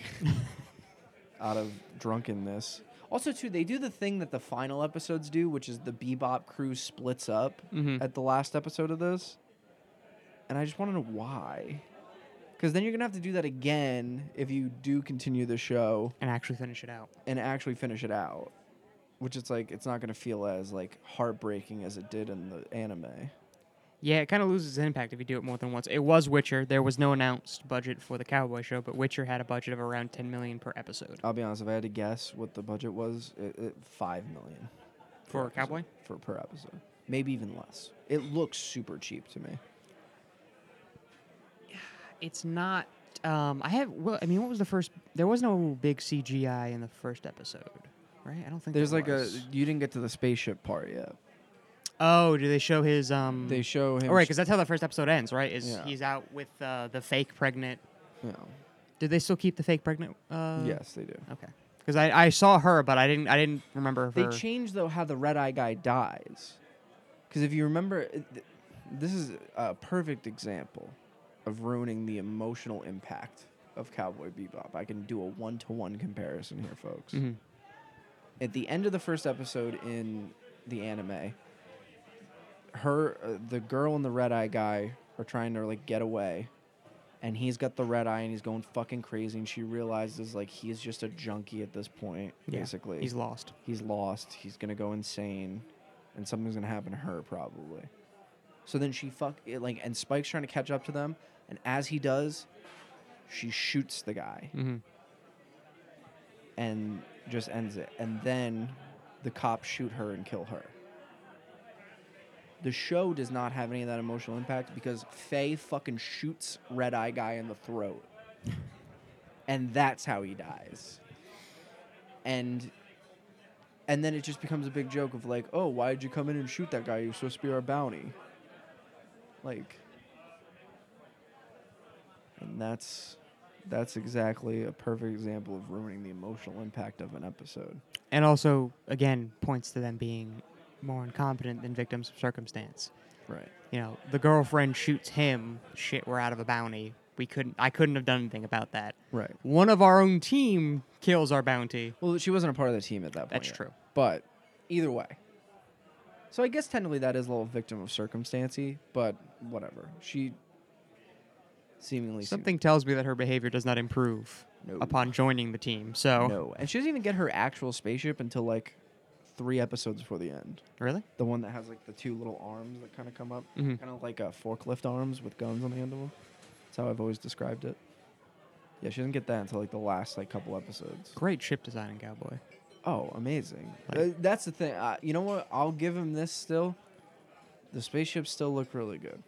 [SPEAKER 1] out of drunkenness. Also, too, they do the thing that the final episodes do, which is the Bebop crew splits up
[SPEAKER 2] Mhm.
[SPEAKER 1] at the last episode of this. And I just want to know why. Because then you're going to have to do that again if you do continue the show
[SPEAKER 2] And actually finish it out.
[SPEAKER 1] and actually finish it out. Which it's like, it's not going to feel as like heartbreaking as it did in the anime.
[SPEAKER 2] Yeah, it kind of loses impact if you do it more than once. It was Witcher. There was no announced budget for the Cowboy Show, but Witcher had a budget of around 10 million per episode.
[SPEAKER 1] I'll be honest, if I had to guess what the budget was, it, it, 5 million.
[SPEAKER 2] For a
[SPEAKER 1] episode-
[SPEAKER 2] cowboy?
[SPEAKER 1] for per episode, maybe even less. It looks super cheap to me.
[SPEAKER 2] It's not. Um, I have. Well, I mean, what was the first? There was no big CGI in the first episode, right? I don't think
[SPEAKER 1] There's
[SPEAKER 2] there
[SPEAKER 1] like a
[SPEAKER 2] was.
[SPEAKER 1] you didn't get to the spaceship part yet.
[SPEAKER 2] Oh, do they show his? Um,
[SPEAKER 1] They show him.
[SPEAKER 2] oh, right, because that's how the first episode ends, right? Is
[SPEAKER 1] Yeah.
[SPEAKER 2] he's out with uh, the fake pregnant?
[SPEAKER 1] yeah.
[SPEAKER 2] Did they still keep the fake pregnant? Uh,
[SPEAKER 1] yes, they do.
[SPEAKER 2] Okay. Because I, I saw her, but I didn't I didn't remember
[SPEAKER 1] They
[SPEAKER 2] her.
[SPEAKER 1] changed though how the red eye guy dies, because if you remember, it- th- this is a perfect example of ruining the emotional impact of Cowboy Bebop. I can do a one to one comparison here, folks.
[SPEAKER 2] Mhm.
[SPEAKER 1] at the end of the first episode in the anime, her, uh, the girl and the red eye guy are trying to like get away, and he's got the red eye and he's going fucking crazy, and she realizes like he's just a junkie at this point,
[SPEAKER 2] Yeah,
[SPEAKER 1] basically.
[SPEAKER 2] He's lost.
[SPEAKER 1] He's lost. He's gonna go insane, and something's gonna happen to her probably. So then she fuck it, like, and Spike's trying to catch up to them, and as he does, she shoots the guy
[SPEAKER 2] Mm-hmm.
[SPEAKER 1] and just ends it. And then the cops shoot her and kill her. The show does not have any of that emotional impact because Faye fucking shoots Red Eye Guy in the throat. and that's how he dies. And and then it just becomes a big joke of like, oh, why did you come in and shoot that guy? You're supposed to be our bounty. Like And that's that's exactly a perfect example of ruining the emotional impact of an episode.
[SPEAKER 2] And also, again, points to them being more incompetent than victims of circumstance.
[SPEAKER 1] Right.
[SPEAKER 2] You know, the girlfriend shoots him. Shit, we're out of a bounty. We couldn't. I couldn't have done anything about that.
[SPEAKER 1] Right.
[SPEAKER 2] One of our own team kills our bounty.
[SPEAKER 1] Well, she wasn't a part of the team at that point.
[SPEAKER 2] That's
[SPEAKER 1] yet.
[SPEAKER 2] true.
[SPEAKER 1] But either way. So I guess technically that is a little victim of circumstancy, but whatever. She seemingly
[SPEAKER 2] Something tells me that her behavior does not improve
[SPEAKER 1] No.
[SPEAKER 2] upon joining the team. So,
[SPEAKER 1] No. And she doesn't even get her actual spaceship until like three episodes before the end.
[SPEAKER 2] really,
[SPEAKER 1] The one that has like the two little arms that kind of come up,
[SPEAKER 2] Mhm.
[SPEAKER 1] kind of like uh, forklift arms with guns on the end of them. That's how I've always described it. Yeah, she doesn't get that until like the last like couple episodes.
[SPEAKER 2] great ship design in Cowboy.
[SPEAKER 1] Oh, amazing!
[SPEAKER 2] Like-
[SPEAKER 1] Uh, that's the thing. Uh, you know what? I'll give him this. Still, the spaceships still look really good.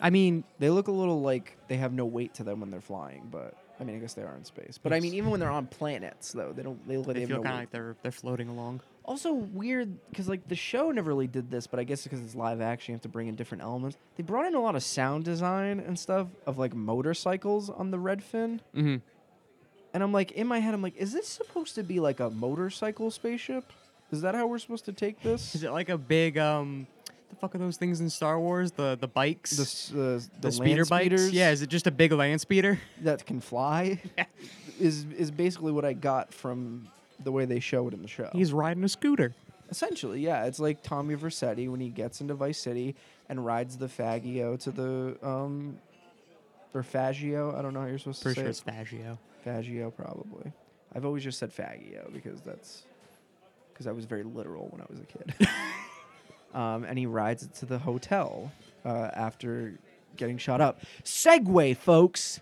[SPEAKER 2] I mean,
[SPEAKER 1] They look a little like they have no weight to them when they're flying, but I mean, I guess they are in space. But I mean,
[SPEAKER 2] Yes.
[SPEAKER 1] even when they're on planets, though, they don't. They, look like
[SPEAKER 2] they
[SPEAKER 1] they
[SPEAKER 2] feel
[SPEAKER 1] have no
[SPEAKER 2] kind of
[SPEAKER 1] weight.
[SPEAKER 2] like they're they're floating along.
[SPEAKER 1] Also weird because like the show never really did this, but I guess because it's live action, you have to bring in different elements. They brought in a lot of sound design and stuff of like motorcycles on the Redfin,
[SPEAKER 2] Mm-hmm.
[SPEAKER 1] And I'm like, in my head, I'm like, is this supposed to be like a motorcycle spaceship? Is that how we're supposed to take this?
[SPEAKER 2] Is it like a big um? The fuck are those things in Star Wars? The the bikes.
[SPEAKER 1] the s- uh,
[SPEAKER 2] the
[SPEAKER 1] the
[SPEAKER 2] speeder
[SPEAKER 1] land
[SPEAKER 2] bikes.
[SPEAKER 1] speeders
[SPEAKER 2] Yeah, is it just a big land speeder?
[SPEAKER 1] that can fly is is basically what I got from the way they show it in the show.
[SPEAKER 2] He's riding a scooter.
[SPEAKER 1] Essentially, yeah, it's like Tommy Versetti when he gets into Vice City and rides the Faggio to the um or Faggio. I don't know how you're supposed to
[SPEAKER 2] Pretty
[SPEAKER 1] say
[SPEAKER 2] sure
[SPEAKER 1] it.
[SPEAKER 2] it's Faggio.
[SPEAKER 1] Faggio, probably. I've always just said Faggio because that's because I was very literal when I was a kid. um, and he rides it to the hotel uh, after getting shot up. Segway, folks.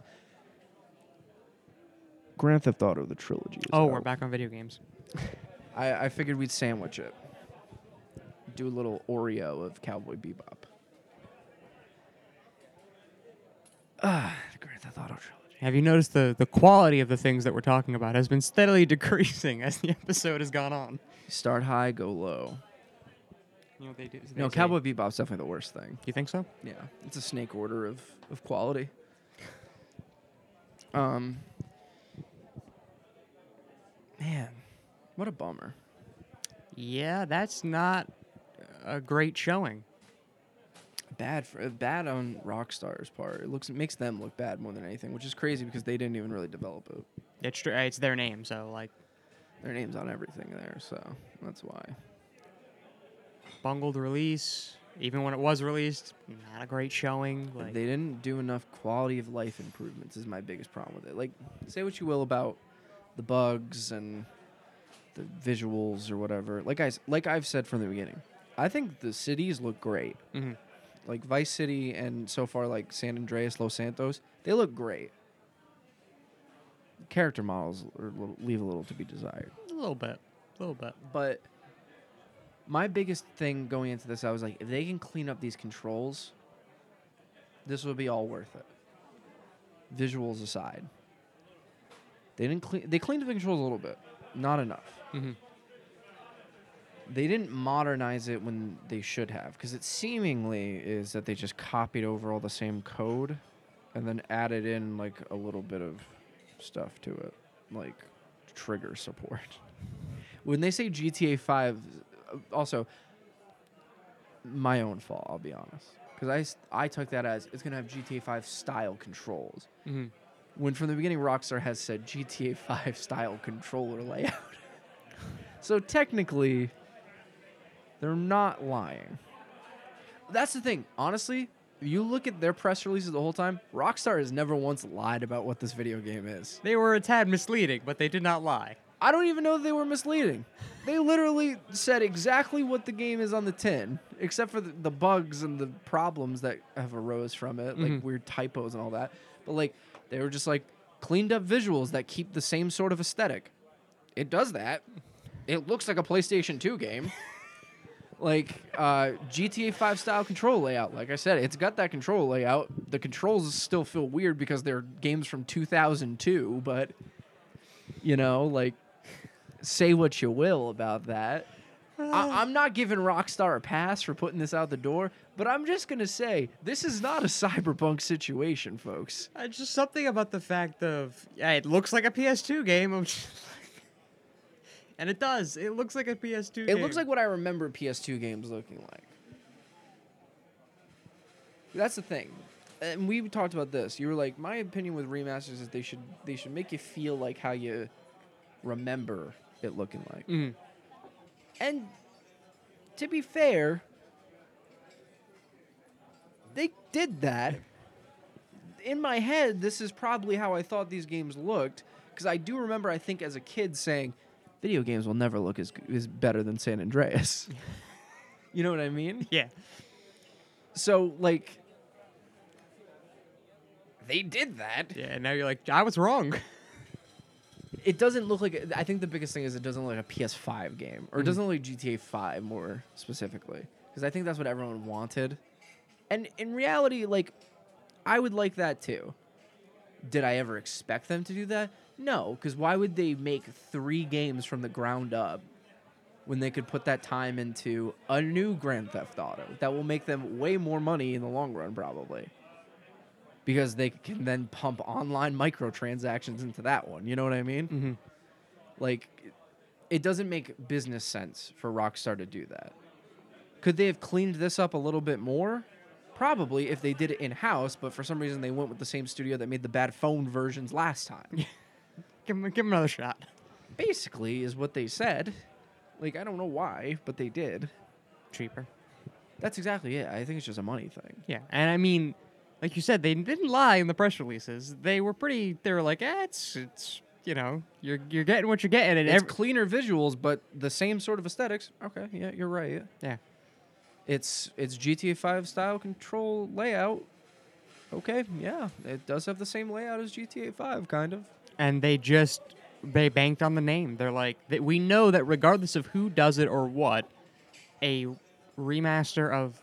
[SPEAKER 1] Grand Theft Auto, the trilogy. Is
[SPEAKER 2] Oh, we're
[SPEAKER 1] out.
[SPEAKER 2] back on video games.
[SPEAKER 1] I, I figured we'd sandwich it. Do a little Oreo of Cowboy Bebop. Ah, the Grand Theft Auto trilogy.
[SPEAKER 2] Have you noticed the, the quality of the things that we're talking about has been steadily decreasing as the episode has gone on?
[SPEAKER 1] Start high, go low.
[SPEAKER 2] You know what they do? they
[SPEAKER 1] No,
[SPEAKER 2] say-
[SPEAKER 1] Cowboy Bebop's definitely the worst thing.
[SPEAKER 2] You think so?
[SPEAKER 1] Yeah, it's a snake order of, of quality. Um, man, what a bummer.
[SPEAKER 2] Yeah, that's not a great showing.
[SPEAKER 1] Bad for uh, bad on Rockstar's part. It looks it makes them look bad more than anything, which is crazy because they didn't even really develop it.
[SPEAKER 2] It's tr- it's their name, so like
[SPEAKER 1] Their name's on everything there, so that's why.
[SPEAKER 2] bungled release. Even when it was released, not a great showing. Like
[SPEAKER 1] they didn't do enough quality of life improvements is my biggest problem with it. Like say what you will about the bugs and the visuals or whatever. Like I s- like I've said from the beginning. I think the cities look great.
[SPEAKER 2] Mhm.
[SPEAKER 1] Like Vice City and so far like San Andreas, Los Santos, they look great. Character models are, a little- leave a little to be desired.
[SPEAKER 2] a little bit, a little bit.
[SPEAKER 1] But my biggest thing going into this, I was like, if they can clean up these controls, this will be all worth it. Visuals aside, they didn't clean. They cleaned up the controls a little bit, not enough.
[SPEAKER 2] Mhm.
[SPEAKER 1] They didn't modernize it when they should have, because it seemingly is that they just copied over all the same code, and then added in like a little bit of stuff to it, like trigger support when they say GTA 5, uh, also my own fault, I'll be honest. Because I, s- I took that as it's going to have GTA 5 style controls.
[SPEAKER 2] Mhm.
[SPEAKER 1] When from the beginning, Rockstar has said GTA 5 style controller layout. so technically, they're not lying. That's the thing. Honestly, you look at their press releases the whole time, Rockstar has never once lied about what this video game is.
[SPEAKER 2] They were a tad misleading, but they did not lie.
[SPEAKER 1] I don't even know that they were misleading. They literally said exactly what the game is on the tin, except for the, the bugs and the problems that have arose from it, like weird typos and all that. But like they were just like cleaned up visuals that keep the same sort of aesthetic. It does that. It looks like a PlayStation 2 game. like uh, GTA 5 style control layout. Like I said, it's got that control layout. The controls still feel weird because they're games from 2002, but you know, like say what you will about that. I, I'm not giving Rockstar a pass for putting this out the door, but I'm just gonna say this is not a cyberpunk situation, folks.
[SPEAKER 2] Uh, just something about the fact of yeah, it looks like a PS2 game. I'm just like, and it does. It looks like a PS2.
[SPEAKER 1] It looks like what I remember PS2 games looking like. That's the thing. And we talked about this. You were like, my opinion with remasters is they should they should make you feel like how you remember it looking like.
[SPEAKER 2] Mhm.
[SPEAKER 1] And to be fair, they did that. In my head, this is probably how I thought these games looked because I do remember I think as a kid saying video games will never look as g- is better than San Andreas. you know what I mean?
[SPEAKER 2] yeah.
[SPEAKER 1] So like they did that.
[SPEAKER 2] Yeah, and now you're like, I was wrong.
[SPEAKER 1] It doesn't look like I think the biggest thing is it doesn't look like a PS5 game or it doesn't look like GTA 5 more specifically because I think that's what everyone wanted. And in reality like I would like that too. Did I ever expect them to do that? No, cuz why would they make 3 games from the ground up when they could put that time into a new Grand Theft Auto that will make them way more money in the long run probably. because they can then pump online microtransactions into that one. You know what I mean?
[SPEAKER 2] Mhm.
[SPEAKER 1] Like, it- it doesn't make business sense for Rockstar to do that. Could they have cleaned this up a little bit more? Probably if they did it in house, but for some reason they went with the same studio that made the bad phone versions last time.
[SPEAKER 2] Give him, give him another shot.
[SPEAKER 1] Basically, is what they said. Like, I don't know why, but they did.
[SPEAKER 2] Cheaper.
[SPEAKER 1] That's exactly it. I think it's just a money thing.
[SPEAKER 2] Yeah, and I mean, like you said, they didn't lie in the press releases. They were pretty. They were like, eh, it's it's you know, you're you're getting what you're getting, and
[SPEAKER 1] It's
[SPEAKER 2] every,
[SPEAKER 1] cleaner visuals, but the same sort of aesthetics. Okay, yeah, you're right.
[SPEAKER 2] yeah,
[SPEAKER 1] It's it's GTA 5 style control layout. Okay, yeah, it does have the same layout as GTA 5, kind of.
[SPEAKER 2] and they just they banked on the name. They're like, that we know that regardless of who does it or what, a remaster of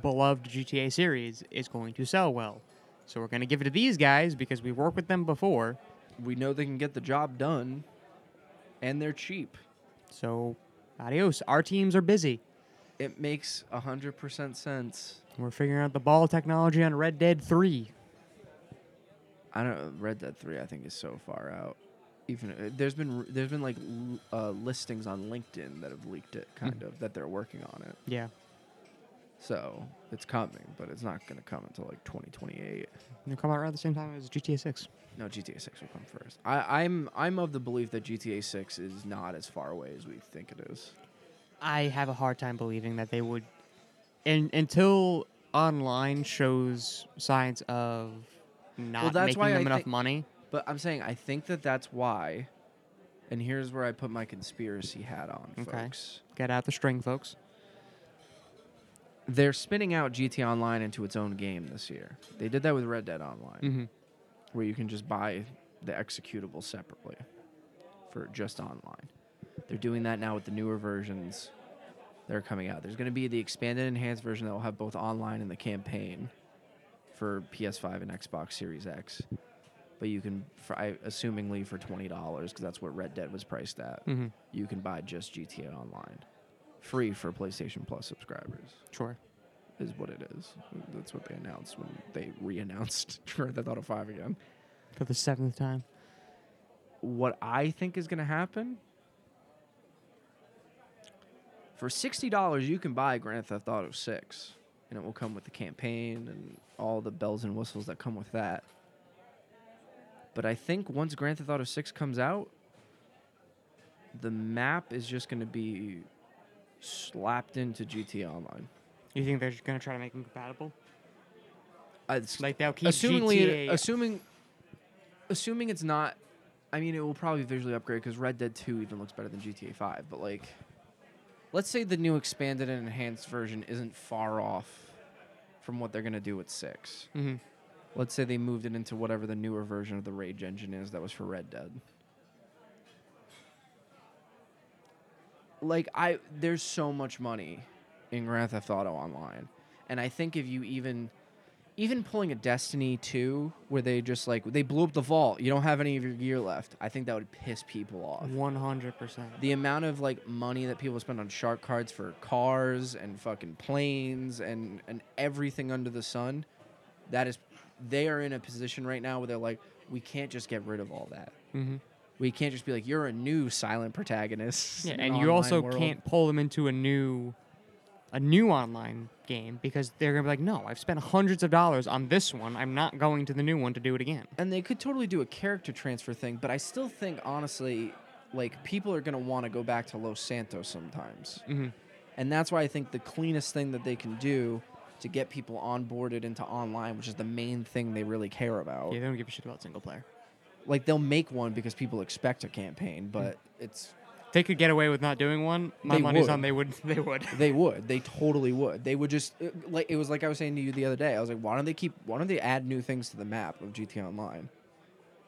[SPEAKER 2] beloved GTA series is going to sell well. So we're going to give it to these guys because we worked with them before.
[SPEAKER 1] We know they can get the job done, and they're cheap.
[SPEAKER 2] So, adios. Our teams are busy.
[SPEAKER 1] It makes hundred percent sense.
[SPEAKER 2] We're figuring out the ball technology on Red Dead Three.
[SPEAKER 1] I don't Red Dead 3. I think is so far out. Even uh, there's been there's been like l- uh, listings on LinkedIn that have leaked it, kind of that they're working on it.
[SPEAKER 2] Yeah.
[SPEAKER 1] So it's coming, but it's not going to come until like 2028.
[SPEAKER 2] They'll come out around the same time as GTA 6.
[SPEAKER 1] No, GTA 6 will come first. I, I'm I'm of the belief that GTA 6 is not as far away as we think it is.
[SPEAKER 2] I have a hard time believing that they would. And until online shows signs of not
[SPEAKER 1] that's
[SPEAKER 2] making
[SPEAKER 1] why
[SPEAKER 2] them
[SPEAKER 1] I
[SPEAKER 2] enough
[SPEAKER 1] think-
[SPEAKER 2] money.
[SPEAKER 1] But I'm saying I think that that's why. And here's where I put my conspiracy hat on,
[SPEAKER 2] Okay.
[SPEAKER 1] folks.
[SPEAKER 2] Get out the string, folks.
[SPEAKER 1] They're spinning out GTA Online into its own game this year. They did that with Red Dead Online,
[SPEAKER 2] Mm-hmm.
[SPEAKER 1] where you can just buy the executable separately for just online. They're doing that now with the newer versions that are coming out. There's going to be the expanded enhanced version that will have both online and the campaign for PS5 and Xbox Series X. But you can, for, I, assumingly for $20, because that's what Red Dead was priced at,
[SPEAKER 2] Mm-hmm.
[SPEAKER 1] you can buy just GTA Online free for PlayStation Plus subscribers,
[SPEAKER 2] Sure.
[SPEAKER 1] is what it is. That's what they announced when they re announced Grand Theft Auto 5 again.
[SPEAKER 2] For the seventh time.
[SPEAKER 1] what I think is going to happen. For sixty dollars, you can buy Grand Theft Auto Six, and it will come with the campaign and all the bells and whistles that come with that. But I think once Grand Theft Auto Six comes out, the map is just going to be slapped into GT Online.
[SPEAKER 2] You think they're going to try to make them compatible?
[SPEAKER 1] Uh, it's-
[SPEAKER 2] Like they'll keep
[SPEAKER 1] assumingly,
[SPEAKER 2] GTA.
[SPEAKER 1] assuming, assuming it's not. I mean, it will probably visually upgrade because Red Dead Two even looks better than GTA Five. But like, let's say the new expanded and enhanced version isn't far off from what they're gonna do with Six.
[SPEAKER 2] mm-hmm.
[SPEAKER 1] Let's say they moved it into whatever the newer version of the Rage engine is that was for Red Dead. Like I there's so much money in Grand Theft Auto online. And I think if you even even pulling a Destiny 2 where they just like they blew up the vault, you don't have any of your gear left. I think that would piss people off.
[SPEAKER 2] 100%.
[SPEAKER 1] The amount of like money that people spend on shark cards for cars and fucking planes and and everything under the sun, that is, they are in a position right now where they're like, we can't just get rid of all that.
[SPEAKER 2] Mm-hmm.
[SPEAKER 1] We can't just be like, you're a new silent protagonist.
[SPEAKER 2] Yeah,
[SPEAKER 1] in
[SPEAKER 2] and
[SPEAKER 1] online
[SPEAKER 2] you also
[SPEAKER 1] world."
[SPEAKER 2] can't pull them into a new, a new online game because they're gonna be like, no, I've spent hundreds of dollars on this one. I'm not going to the new one to do it again.
[SPEAKER 1] And they could totally do a character transfer thing, but I still think honestly, like people are gonna want to go back to Los Santos sometimes.
[SPEAKER 2] Mm-hmm.
[SPEAKER 1] And that's why I think the cleanest thing that they can do to get people onboarded into online, which is the main thing they really care about.
[SPEAKER 2] Yeah, they don't give a shit about single player.
[SPEAKER 1] Like they'll make one because people expect a campaign, but
[SPEAKER 2] Mm-hmm.
[SPEAKER 1] it's
[SPEAKER 2] They could get away with not doing one. My
[SPEAKER 1] They
[SPEAKER 2] money's
[SPEAKER 1] would.
[SPEAKER 2] on they would. They would.
[SPEAKER 1] they would. They totally would. They would just it- like it was like I was saying to you the other day. I was like, why don't they keep why don't they add new things to the map of GT Online?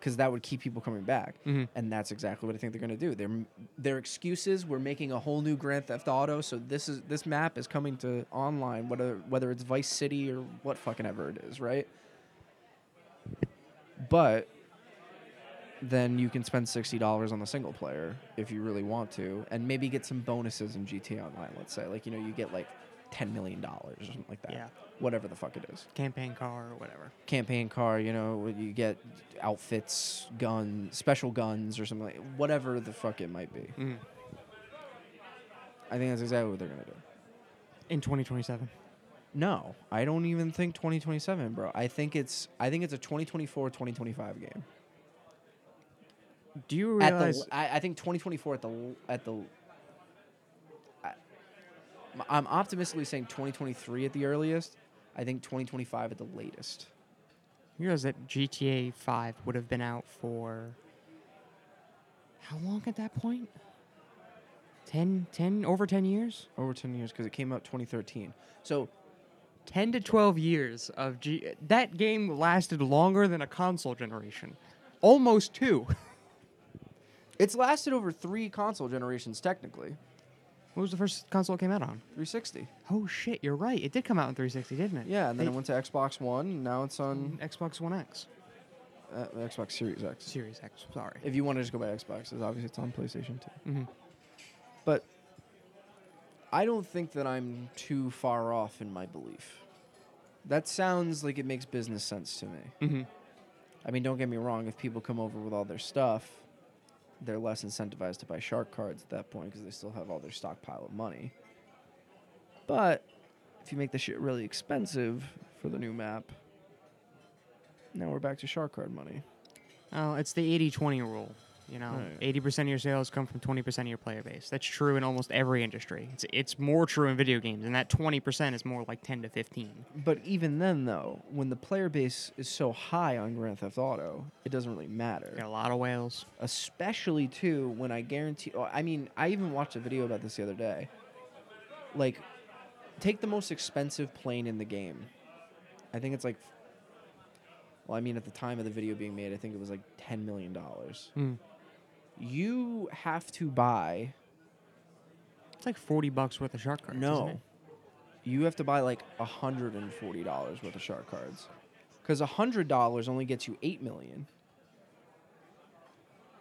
[SPEAKER 1] Cuz that would keep people coming back.
[SPEAKER 2] Mhm.
[SPEAKER 1] And that's exactly what I think they're going to do. Their their excuses, we're making a whole new Grand Theft Auto, so this is this map is coming to online whether whether it's Vice City or what fucking ever it is, right? But then you can spend sixty dollars on the single player if you really want to, and maybe get some bonuses in GT Online. Let's say, like you know, you get like ten million dollars or something like that.
[SPEAKER 2] Yeah.
[SPEAKER 1] Whatever the fuck it is.
[SPEAKER 2] campaign car or whatever.
[SPEAKER 1] Campaign car, you know, where you get outfits, gun, special guns, or something like whatever the fuck it might be.
[SPEAKER 2] Mhm.
[SPEAKER 1] I think that's exactly what they're gonna do.
[SPEAKER 2] In 2027.
[SPEAKER 1] No, I don't even think 2027, bro. I think it's I think it's a 2024 2025 game.
[SPEAKER 2] Do you
[SPEAKER 1] At the,
[SPEAKER 2] realize?
[SPEAKER 1] l- I, I think 2024 at the l- at the l- I- I'm optimistically saying 2023 at the earliest. I think 2025 at the latest.
[SPEAKER 2] you realize that GTA 5 would have been out for how long at that point? 10, 10 over 10 years?
[SPEAKER 1] Over 10 years because it came out 2013. So
[SPEAKER 2] 10 to 12 years of G. That game lasted longer than a console generation. Almost two.
[SPEAKER 1] it's lasted over three console generations technically.
[SPEAKER 2] what was the first console it came out on?
[SPEAKER 1] 360.
[SPEAKER 2] Oh shit, you're right. It did come out in 360, didn't it?
[SPEAKER 1] Yeah, and then
[SPEAKER 2] They-
[SPEAKER 1] it went to Xbox One. And now it's on
[SPEAKER 2] Xbox One X.
[SPEAKER 1] uh, Xbox Series X.
[SPEAKER 2] Series X, sorry.
[SPEAKER 1] If you want to just go by Xbox, it's obviously it's on PlayStation 2.
[SPEAKER 2] Mhm.
[SPEAKER 1] But I don't think that I'm too far off in my belief. That sounds like it makes business sense to me.
[SPEAKER 2] Mhm.
[SPEAKER 1] I mean, don't get me wrong, if people come over with all their stuff, they're less incentivized to buy shark cards at that point because they still have all their stockpile of money. But if you make the shit really expensive for the new map, now we're back to shark card money.
[SPEAKER 2] Oh, it's the 80 20 rule. You know,
[SPEAKER 1] Right.
[SPEAKER 2] 80% of your sales come from 20% of your player base. That's true in almost every industry. It's, it's more true in video games, and that 20% is more like 10 to 15.
[SPEAKER 1] But even then, though, when the player base is so high on Grand Theft Auto, it doesn't really matter.
[SPEAKER 2] Got a lot of whales.
[SPEAKER 1] especially too when I guarantee. oh, I mean, I even watched a video about this the other day. Like, take the most expensive plane in the game. I think it's like. Well, I mean, at the time of the video being made, I think it was like ten million dollars. You have to buy
[SPEAKER 2] It's like 40 bucks worth of shark cards. isn't
[SPEAKER 1] no.
[SPEAKER 2] it?
[SPEAKER 1] You have to buy like hundred and forty dollars worth of shark cards, because hundred dollars only gets you eight million.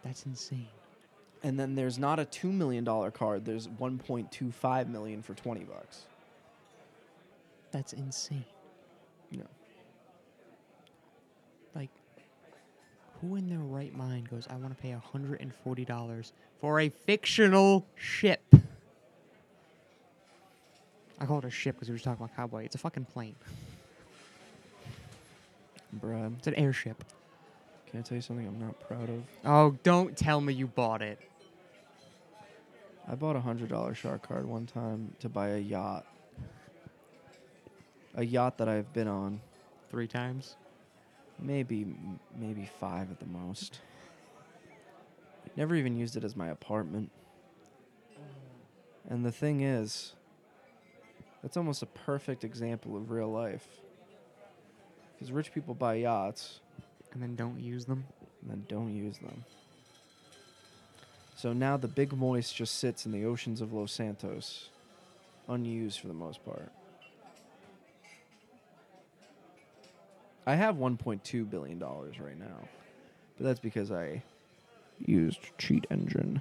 [SPEAKER 2] That's insane.
[SPEAKER 1] and then there's not a two million dollar card. There's one point two five million for twenty bucks.
[SPEAKER 2] That's insane.
[SPEAKER 1] No,
[SPEAKER 2] Like, who in their right mind goes, I want to pay $140 for a fictional ship? I call it a ship because we were talking about cowboy. It's a fucking plane.
[SPEAKER 1] Brad,
[SPEAKER 2] It's an airship.
[SPEAKER 1] can I tell you something I'm not proud of?
[SPEAKER 2] Oh, don't tell me you bought it.
[SPEAKER 1] I bought a hundred dollar shark card one time to buy a yacht, a yacht that I've been on
[SPEAKER 2] Three times.
[SPEAKER 1] maybe m- maybe five at the most. Never even used it as my apartment. And the thing is, that's almost a perfect example of real life. Because rich people buy yachts,
[SPEAKER 2] And then don't use them.
[SPEAKER 1] and then don't use them. So now the big moist just sits in the oceans of Los Santos, unused for the most part. I have 1.2 billion dollars right now, but that's because I used Cheat Engine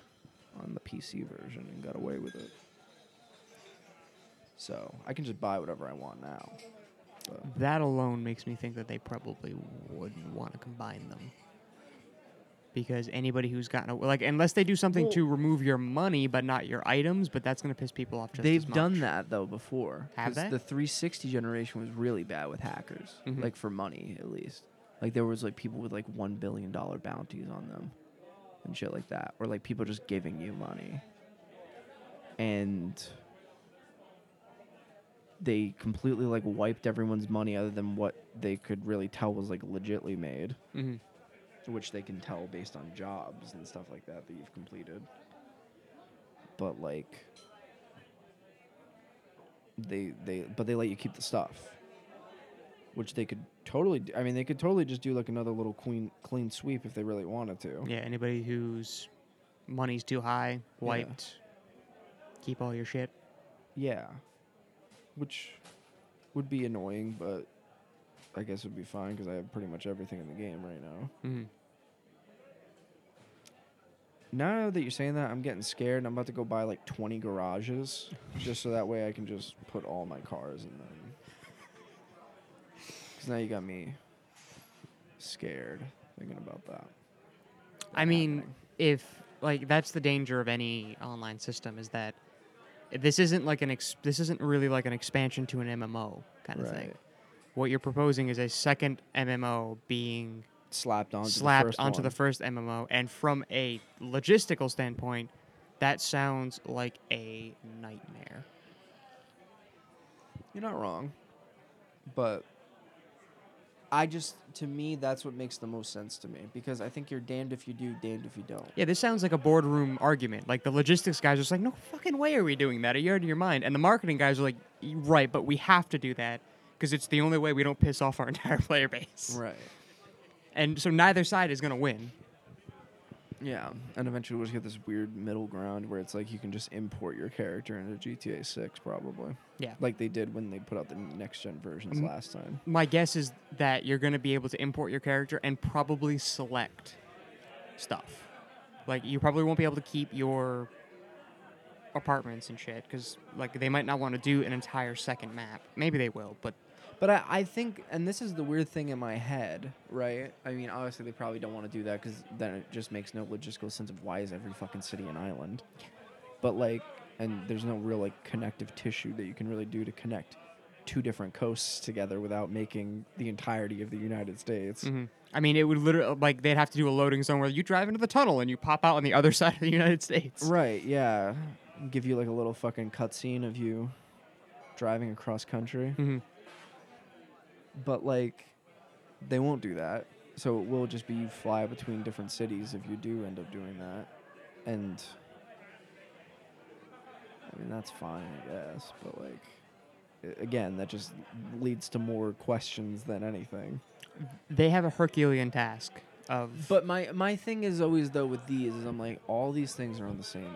[SPEAKER 1] on the PC version and got away with it. So I can just buy whatever I want now. But
[SPEAKER 2] That alone makes me think that they probably wouldn't want to combine them. Because anybody who's gotten a, like, unless they do something
[SPEAKER 1] Well-
[SPEAKER 2] to remove your money but not your items, but that's gonna piss people off. Just
[SPEAKER 1] They've
[SPEAKER 2] as
[SPEAKER 1] done
[SPEAKER 2] much.
[SPEAKER 1] that though before.
[SPEAKER 2] Have
[SPEAKER 1] 'cause
[SPEAKER 2] they?
[SPEAKER 1] The 360 generation was really bad with hackers,
[SPEAKER 2] Mhm.
[SPEAKER 1] like for money at least. Like there was like people with like one billion dollar bounties on them, and shit like that, or like people just giving you money, and they completely like wiped everyone's money other than what they could really tell was like legitly made
[SPEAKER 2] Mhm.
[SPEAKER 1] which they can tell based on jobs and stuff like that that you've completed. But like they they but they let you keep the stuff. Which they could totally do. I mean they could totally just do like another little clean clean sweep if they really wanted to.
[SPEAKER 2] Yeah, anybody whose money's too high, wiped. Keep all your shit.
[SPEAKER 1] Yeah. Which would be annoying, but I guess it would be fine Mm-hmm. because I have pretty much everything in the game right now.
[SPEAKER 2] Mm-hmm.
[SPEAKER 1] Now that you're saying that, I'm getting scared. and I'm about to go buy like 20 garages just so that way I can just put all my cars in them. Because now you got me scared thinking about that.
[SPEAKER 2] I mean, if like that's the danger of any online system is that this isn't like an ex- this isn't really like an expansion to an MMO kind of thing.
[SPEAKER 1] Right.
[SPEAKER 2] What you're proposing is a second MMO being
[SPEAKER 1] Slapped onto the
[SPEAKER 2] slapped
[SPEAKER 1] first
[SPEAKER 2] onto
[SPEAKER 1] one.
[SPEAKER 2] the first MMO, and from a logistical standpoint, that sounds like a nightmare.
[SPEAKER 1] You're not wrong. But I just, to me, that's what makes the most sense to me because I think you're damned if you do, damned if you don't.
[SPEAKER 2] Yeah, this sounds like a boardroom argument. Like the logistics guys are just like, no fucking way are we doing that. You're out of your mind. And the marketing guys are like, "Y- right, but we have to do that because it's the only way we don't piss off our entire player base.
[SPEAKER 1] Right.
[SPEAKER 2] And so neither side is going to win.
[SPEAKER 1] Yeah. And eventually we'll just get this weird middle ground where it's like you can just import your character into GTA 6, probably.
[SPEAKER 2] Yeah.
[SPEAKER 1] Like they did when they put out the next gen versions
[SPEAKER 2] Mm.
[SPEAKER 1] last time.
[SPEAKER 2] My guess is that you're going to be able to import your character and probably select stuff. Like you probably won't be able to keep your apartments and shit because like they might not want to do an entire second map. Maybe they will, but
[SPEAKER 1] But I, I think, and this is the weird thing in my head, right? I mean, obviously they probably don't want to do that because then it just makes no logistical sense of why is every fucking city an island. But like, and there's no real like connective tissue that you can really do to connect two different coasts together without making the entirety of the United States.
[SPEAKER 2] Mhm. I mean, it would literally like they'd have to do a loading zone where you drive into the tunnel and you pop out on the other side of the United States.
[SPEAKER 1] Right? Yeah. Give you like a little fucking cutscene of you driving across country.
[SPEAKER 2] Mhm.
[SPEAKER 1] but like they won't do that so it will just be you fly between different cities if you do end up doing that and i mean that's fine i guess but like a- again that just leads to more questions than anything
[SPEAKER 2] They have a Herculean task of
[SPEAKER 1] but my my thing is always though with these is i'm like all these things are on the same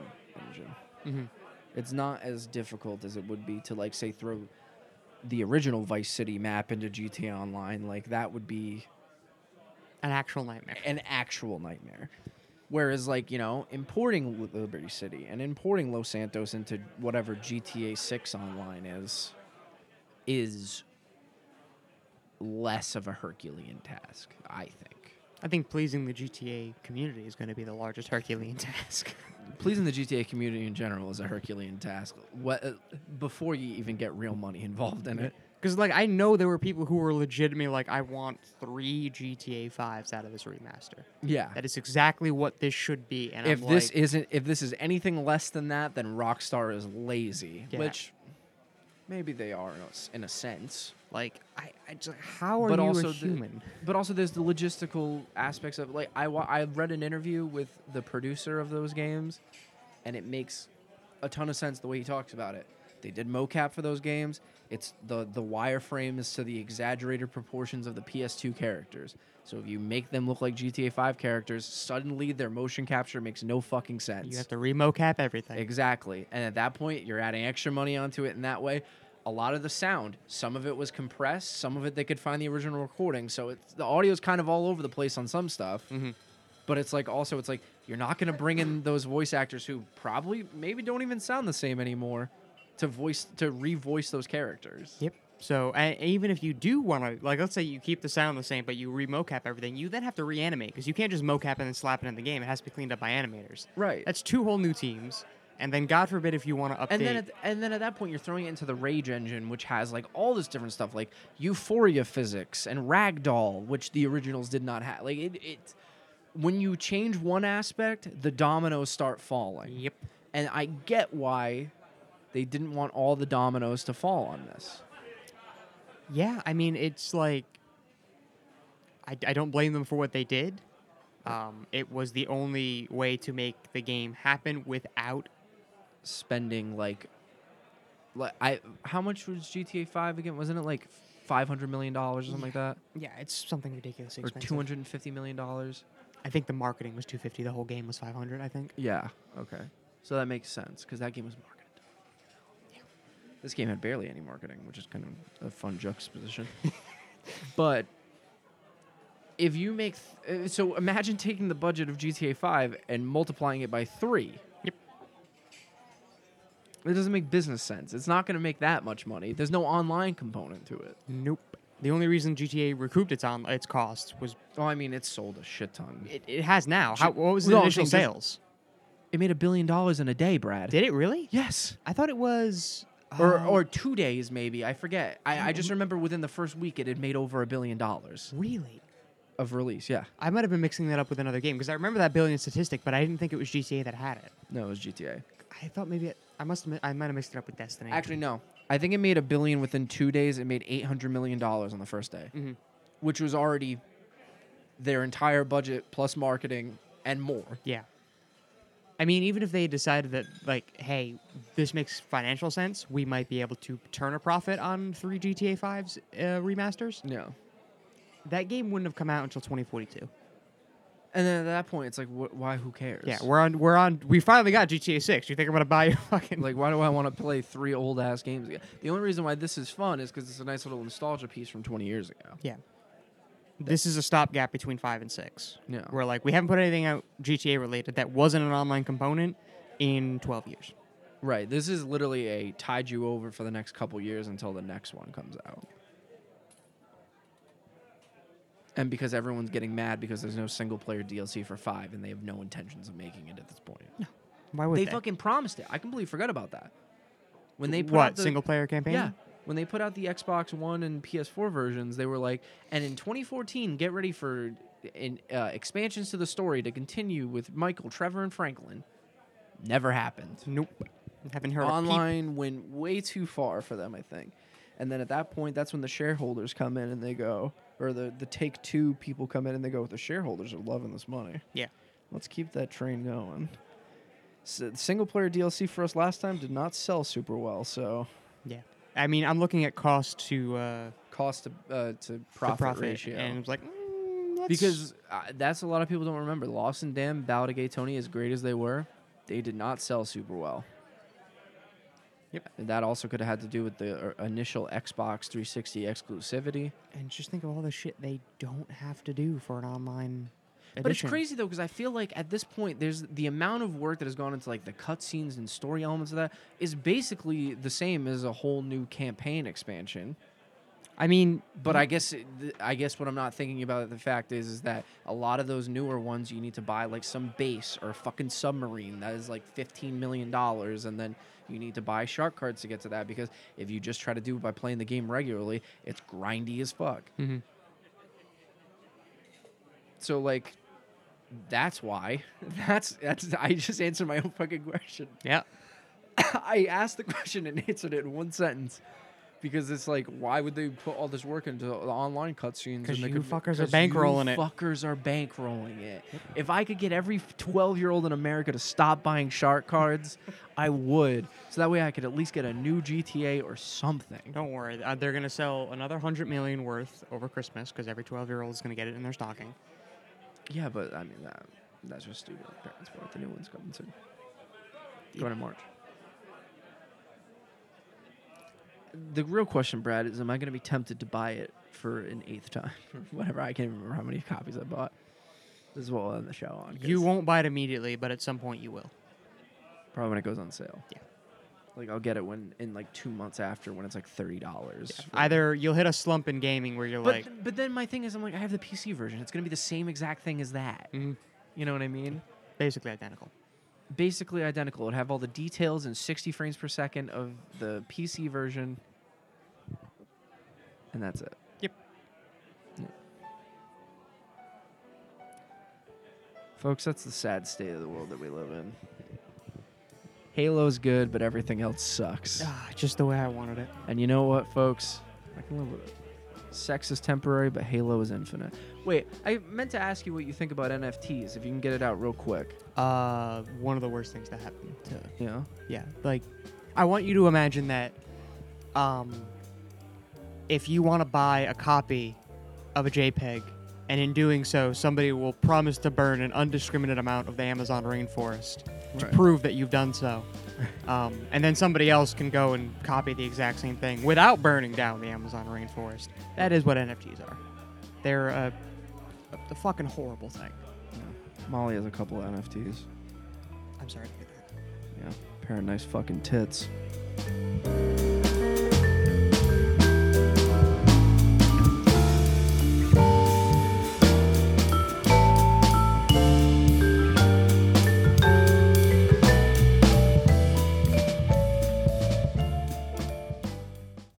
[SPEAKER 1] engine
[SPEAKER 2] Mhm.
[SPEAKER 1] it's not as difficult as it would be to like say throw the original vice city map into gta online like that would be
[SPEAKER 2] an actual nightmare.
[SPEAKER 1] an actual nightmare. Whereas, like, you know, importing Li- Liberty City and importing Los Santos into whatever GTA 6 online is, is less of a Herculean task, I think.
[SPEAKER 2] I think pleasing the GTA community is going to be the largest Herculean task.
[SPEAKER 1] Pleasing the GTA community in general is a Herculean task what, uh, before you even get real money involved in it.
[SPEAKER 2] Because like I know there were people who were legitimately like, I want three GTA fives out of this remaster.
[SPEAKER 1] Yeah.
[SPEAKER 2] That is exactly what this should be. And
[SPEAKER 1] If
[SPEAKER 2] I'm
[SPEAKER 1] this
[SPEAKER 2] like,
[SPEAKER 1] isn't, if this is anything less than that, then Rockstar is lazy,
[SPEAKER 2] Yeah.
[SPEAKER 1] which maybe they are in a s in a sense.
[SPEAKER 2] like I, I just, how are
[SPEAKER 1] But
[SPEAKER 2] you
[SPEAKER 1] also the-
[SPEAKER 2] a human?
[SPEAKER 1] but also there's the logistical aspects of like I wa- I read an interview with the producer of those games, and it makes a ton of sense the way he talks about it. They did mocap for those games. It's the the wireframe is to the exaggerated proportions of the PS2 characters. So if you make them look like GTA 5 characters, suddenly their motion capture makes no fucking sense.
[SPEAKER 2] you have to remocap everything.
[SPEAKER 1] Exactly. And at that point, you're adding extra money onto it in that way. A lot of the sound, some of it was compressed, some of it they could find the original recording. So it's, the audio's kind of all over the place on some stuff. But it's like also, it's like you're not going to bring in those voice actors who probably maybe don't even sound the same anymore to voice, to revoice those characters.
[SPEAKER 2] Yep. So a even if you do want to, like, let's say you keep the sound the same, but you remocap everything, you then have to reanimate because you can't just mocap and then slap it in the game. It has to be cleaned up by animators.
[SPEAKER 1] Right.
[SPEAKER 2] That's two whole new teams, and then God forbid if you want to update.
[SPEAKER 1] And then, at, and then at that point, you're throwing it into the Rage engine, which has like all this different stuff, like Euphoria physics and Ragdoll, which the originals did not have. Like it, it when you change one aspect, the dominoes start falling.
[SPEAKER 2] yep.
[SPEAKER 1] And I get why they didn't want all the dominoes to fall on this.
[SPEAKER 2] Yeah, I mean it's like I, I don't blame them for what they did. Um, it was the only way to make the game happen without.
[SPEAKER 1] Spending like, like I, how much was GTA Five again? Wasn't it like five hundred million dollars or something like that,
[SPEAKER 2] Yeah, it's something ridiculous.
[SPEAKER 1] or two hundred and fifty million dollars?
[SPEAKER 2] I think the marketing was two fifty. The whole game was five hundred. I think.
[SPEAKER 1] Yeah. Okay. So that makes sense because that game was marketed. This game had barely any marketing, which is kind of a fun juxtaposition. but if you make th- uh, so imagine taking the budget of GTA 5 and multiplying it by 3.
[SPEAKER 2] Yep.
[SPEAKER 1] It doesn't make business sense. It's not going to make that much money. There's no online component to it.
[SPEAKER 2] Nope. The only reason GTA recouped its on its costs was
[SPEAKER 1] Oh, I mean, it's sold a shit ton.
[SPEAKER 2] it, it has now. How, what was the
[SPEAKER 1] No, I'm
[SPEAKER 2] initial
[SPEAKER 1] saying
[SPEAKER 2] sales?
[SPEAKER 1] It made a billion dollars in a day, Brad.
[SPEAKER 2] Did it really?
[SPEAKER 1] yes.
[SPEAKER 2] I thought it was.
[SPEAKER 1] Or,
[SPEAKER 2] oh,
[SPEAKER 1] or two days, maybe. I forget. I, I just remember within the first week it had made over a billion dollars
[SPEAKER 2] really?
[SPEAKER 1] of release. Yeah.
[SPEAKER 2] I might have been mixing that up with another game because I remember that billion statistic, but I didn't think it was GTA that had it.
[SPEAKER 1] No, it was GTA.
[SPEAKER 2] I thought maybe it, I must have, mi- I might have mixed it up with Destiny.
[SPEAKER 1] Actually, no. I think it made a billion within two days. It made eight hundred million dollars on the first day, which was already their entire budget plus marketing and more.
[SPEAKER 2] Yeah. I mean, even if they decided that, like, hey, this makes financial sense, we might be able to turn a profit on three GTA 5's uh, remasters,
[SPEAKER 1] Yeah.
[SPEAKER 2] that game wouldn't have come out until 2042.
[SPEAKER 1] And then at that point, it's like, wh- why? Who cares?
[SPEAKER 2] Yeah, we're on, we're on, we finally got GTA 6. You think I'm going to buy your fucking.
[SPEAKER 1] like, why do I want to play three old ass games again? The only reason why this is fun is because it's a nice little nostalgia piece from twenty years ago.
[SPEAKER 2] yeah. This is a stopgap between 5 and 6.
[SPEAKER 1] Yeah.
[SPEAKER 2] Where, like, we haven't put anything out GTA related that wasn't an online component in 12 years.
[SPEAKER 1] Right. This is literally a tide you over for the next couple years until the next one comes out. And because everyone's getting mad because there's no single player DLC for five and they have no intentions of making it at this point.
[SPEAKER 2] Why would
[SPEAKER 1] They
[SPEAKER 2] they?
[SPEAKER 1] fucking promised it. I completely forgot about that. When they put out
[SPEAKER 2] what,
[SPEAKER 1] the,
[SPEAKER 2] single player campaign?
[SPEAKER 1] Yeah. When they put out the Xbox One and PS4 versions, they were like, and in 2014, get ready for in, uh, expansions to the story to continue with Michael, Trevor, and Franklin. Never happened
[SPEAKER 2] Nope. Haven't heard a peep.
[SPEAKER 1] online went way too far for them, I think. And then at that point, that's when the shareholders come in and they go, or the, the take two people come in and they go, the shareholders are loving this money.
[SPEAKER 2] Yeah.
[SPEAKER 1] Let's keep that train going. So, single player DLC for us last time did not sell super well, so
[SPEAKER 2] Yeah. I mean, I'm looking at cost to uh,
[SPEAKER 1] cost to, uh, to
[SPEAKER 2] profit,
[SPEAKER 1] profit, ratio.
[SPEAKER 2] and it's like, mm, let's-
[SPEAKER 1] because uh, that's a lot of people don't remember. Lost and Dam, Ballad of Gay Tony, as great as they were, they did not sell super well.
[SPEAKER 2] Yep.
[SPEAKER 1] And that also could have had to do with the uh, initial Xbox 360 exclusivity.
[SPEAKER 2] and just think of all the shit they don't have to do for an online.
[SPEAKER 1] But it's
[SPEAKER 2] edition.
[SPEAKER 1] crazy though, because I feel like at this point, there's the amount of work that has gone into like the cutscenes and story elements of that is basically the same as a whole new campaign expansion.
[SPEAKER 2] I mean,
[SPEAKER 1] But I guess it- th- I guess what I'm not thinking about the fact is is that a lot of those newer ones you need to buy like some base or a fucking submarine that is like 15 million dollars and then you need to buy shark cards to get to that because if you just try to do it by playing the game regularly, it's grindy as fuck.
[SPEAKER 2] Mhm.
[SPEAKER 1] So like that's why. That's that's I just answered my own fucking question.
[SPEAKER 2] yeah.
[SPEAKER 1] I asked the question and answered it in one sentence because it's like, why would they put all this work into the online cutscenes?
[SPEAKER 2] 'Cause
[SPEAKER 1] and they
[SPEAKER 2] you
[SPEAKER 1] could-
[SPEAKER 2] fuckers are
[SPEAKER 1] 'cause
[SPEAKER 2] bankrolling
[SPEAKER 1] you
[SPEAKER 2] it.
[SPEAKER 1] Fuckers are bankrolling it. If I could get every twelve-year-old in America to stop buying shark cards, I would. So that way, I could at least get a new GTA or something.
[SPEAKER 2] Don't worry. Uh, they're going to sell another 100 million worth over Christmas because every 12 year old is going to get it in their stocking.
[SPEAKER 1] Yeah, but I mean that. That's just stupid. Parents bought the new ones coming soon. Going in March. The real question, Brad, is am I going to be tempted to buy it for an eighth time or whatever? I can't even remember how many copies I bought. This is what we'll end the show on. 'cause
[SPEAKER 2] You won't buy it immediately, but at some point you will.
[SPEAKER 1] probably when it goes on sale.
[SPEAKER 2] Yeah.
[SPEAKER 1] Like I'll get it when in like two months after when it's like thirty dollars.
[SPEAKER 2] Either you'll hit a slump in gaming where you're
[SPEAKER 1] But
[SPEAKER 2] like,
[SPEAKER 1] but then my thing is I'm like I have the PC version. It's going to be the same exact thing as that.
[SPEAKER 2] Mhm.
[SPEAKER 1] You know what I mean?
[SPEAKER 2] basically identical.
[SPEAKER 1] basically identical. It'd have all the details and 60 frames per second of the PC version. And that's it.
[SPEAKER 2] Yep.
[SPEAKER 1] Folks, that's the sad state of the world that we live in. Halo's good, but everything else sucks.
[SPEAKER 2] Ah, just the way I wanted it.
[SPEAKER 1] And you know what, folks? I can live with it. Sex is temporary, but Halo is infinite. Wait, I meant to ask you what you think about NFTs, if you can get it out real quick.
[SPEAKER 2] Uh, one of the worst things that happened to
[SPEAKER 1] Yeah.
[SPEAKER 2] Yeah, like I want you to imagine that um if you want to buy a copy of a JPEG and in doing so somebody will promise to burn an undiscriminate amount of the Amazon rainforest to
[SPEAKER 1] Right.
[SPEAKER 2] prove that you've done so. Um, and then somebody else can go and copy the exact same thing without burning down the Amazon rainforest. That is what NFTs are. They're a a, the fucking horrible thing.
[SPEAKER 1] Molly has a couple of NFTs.
[SPEAKER 2] I'm sorry to hear that.
[SPEAKER 1] Yeah, pair of nice fucking tits.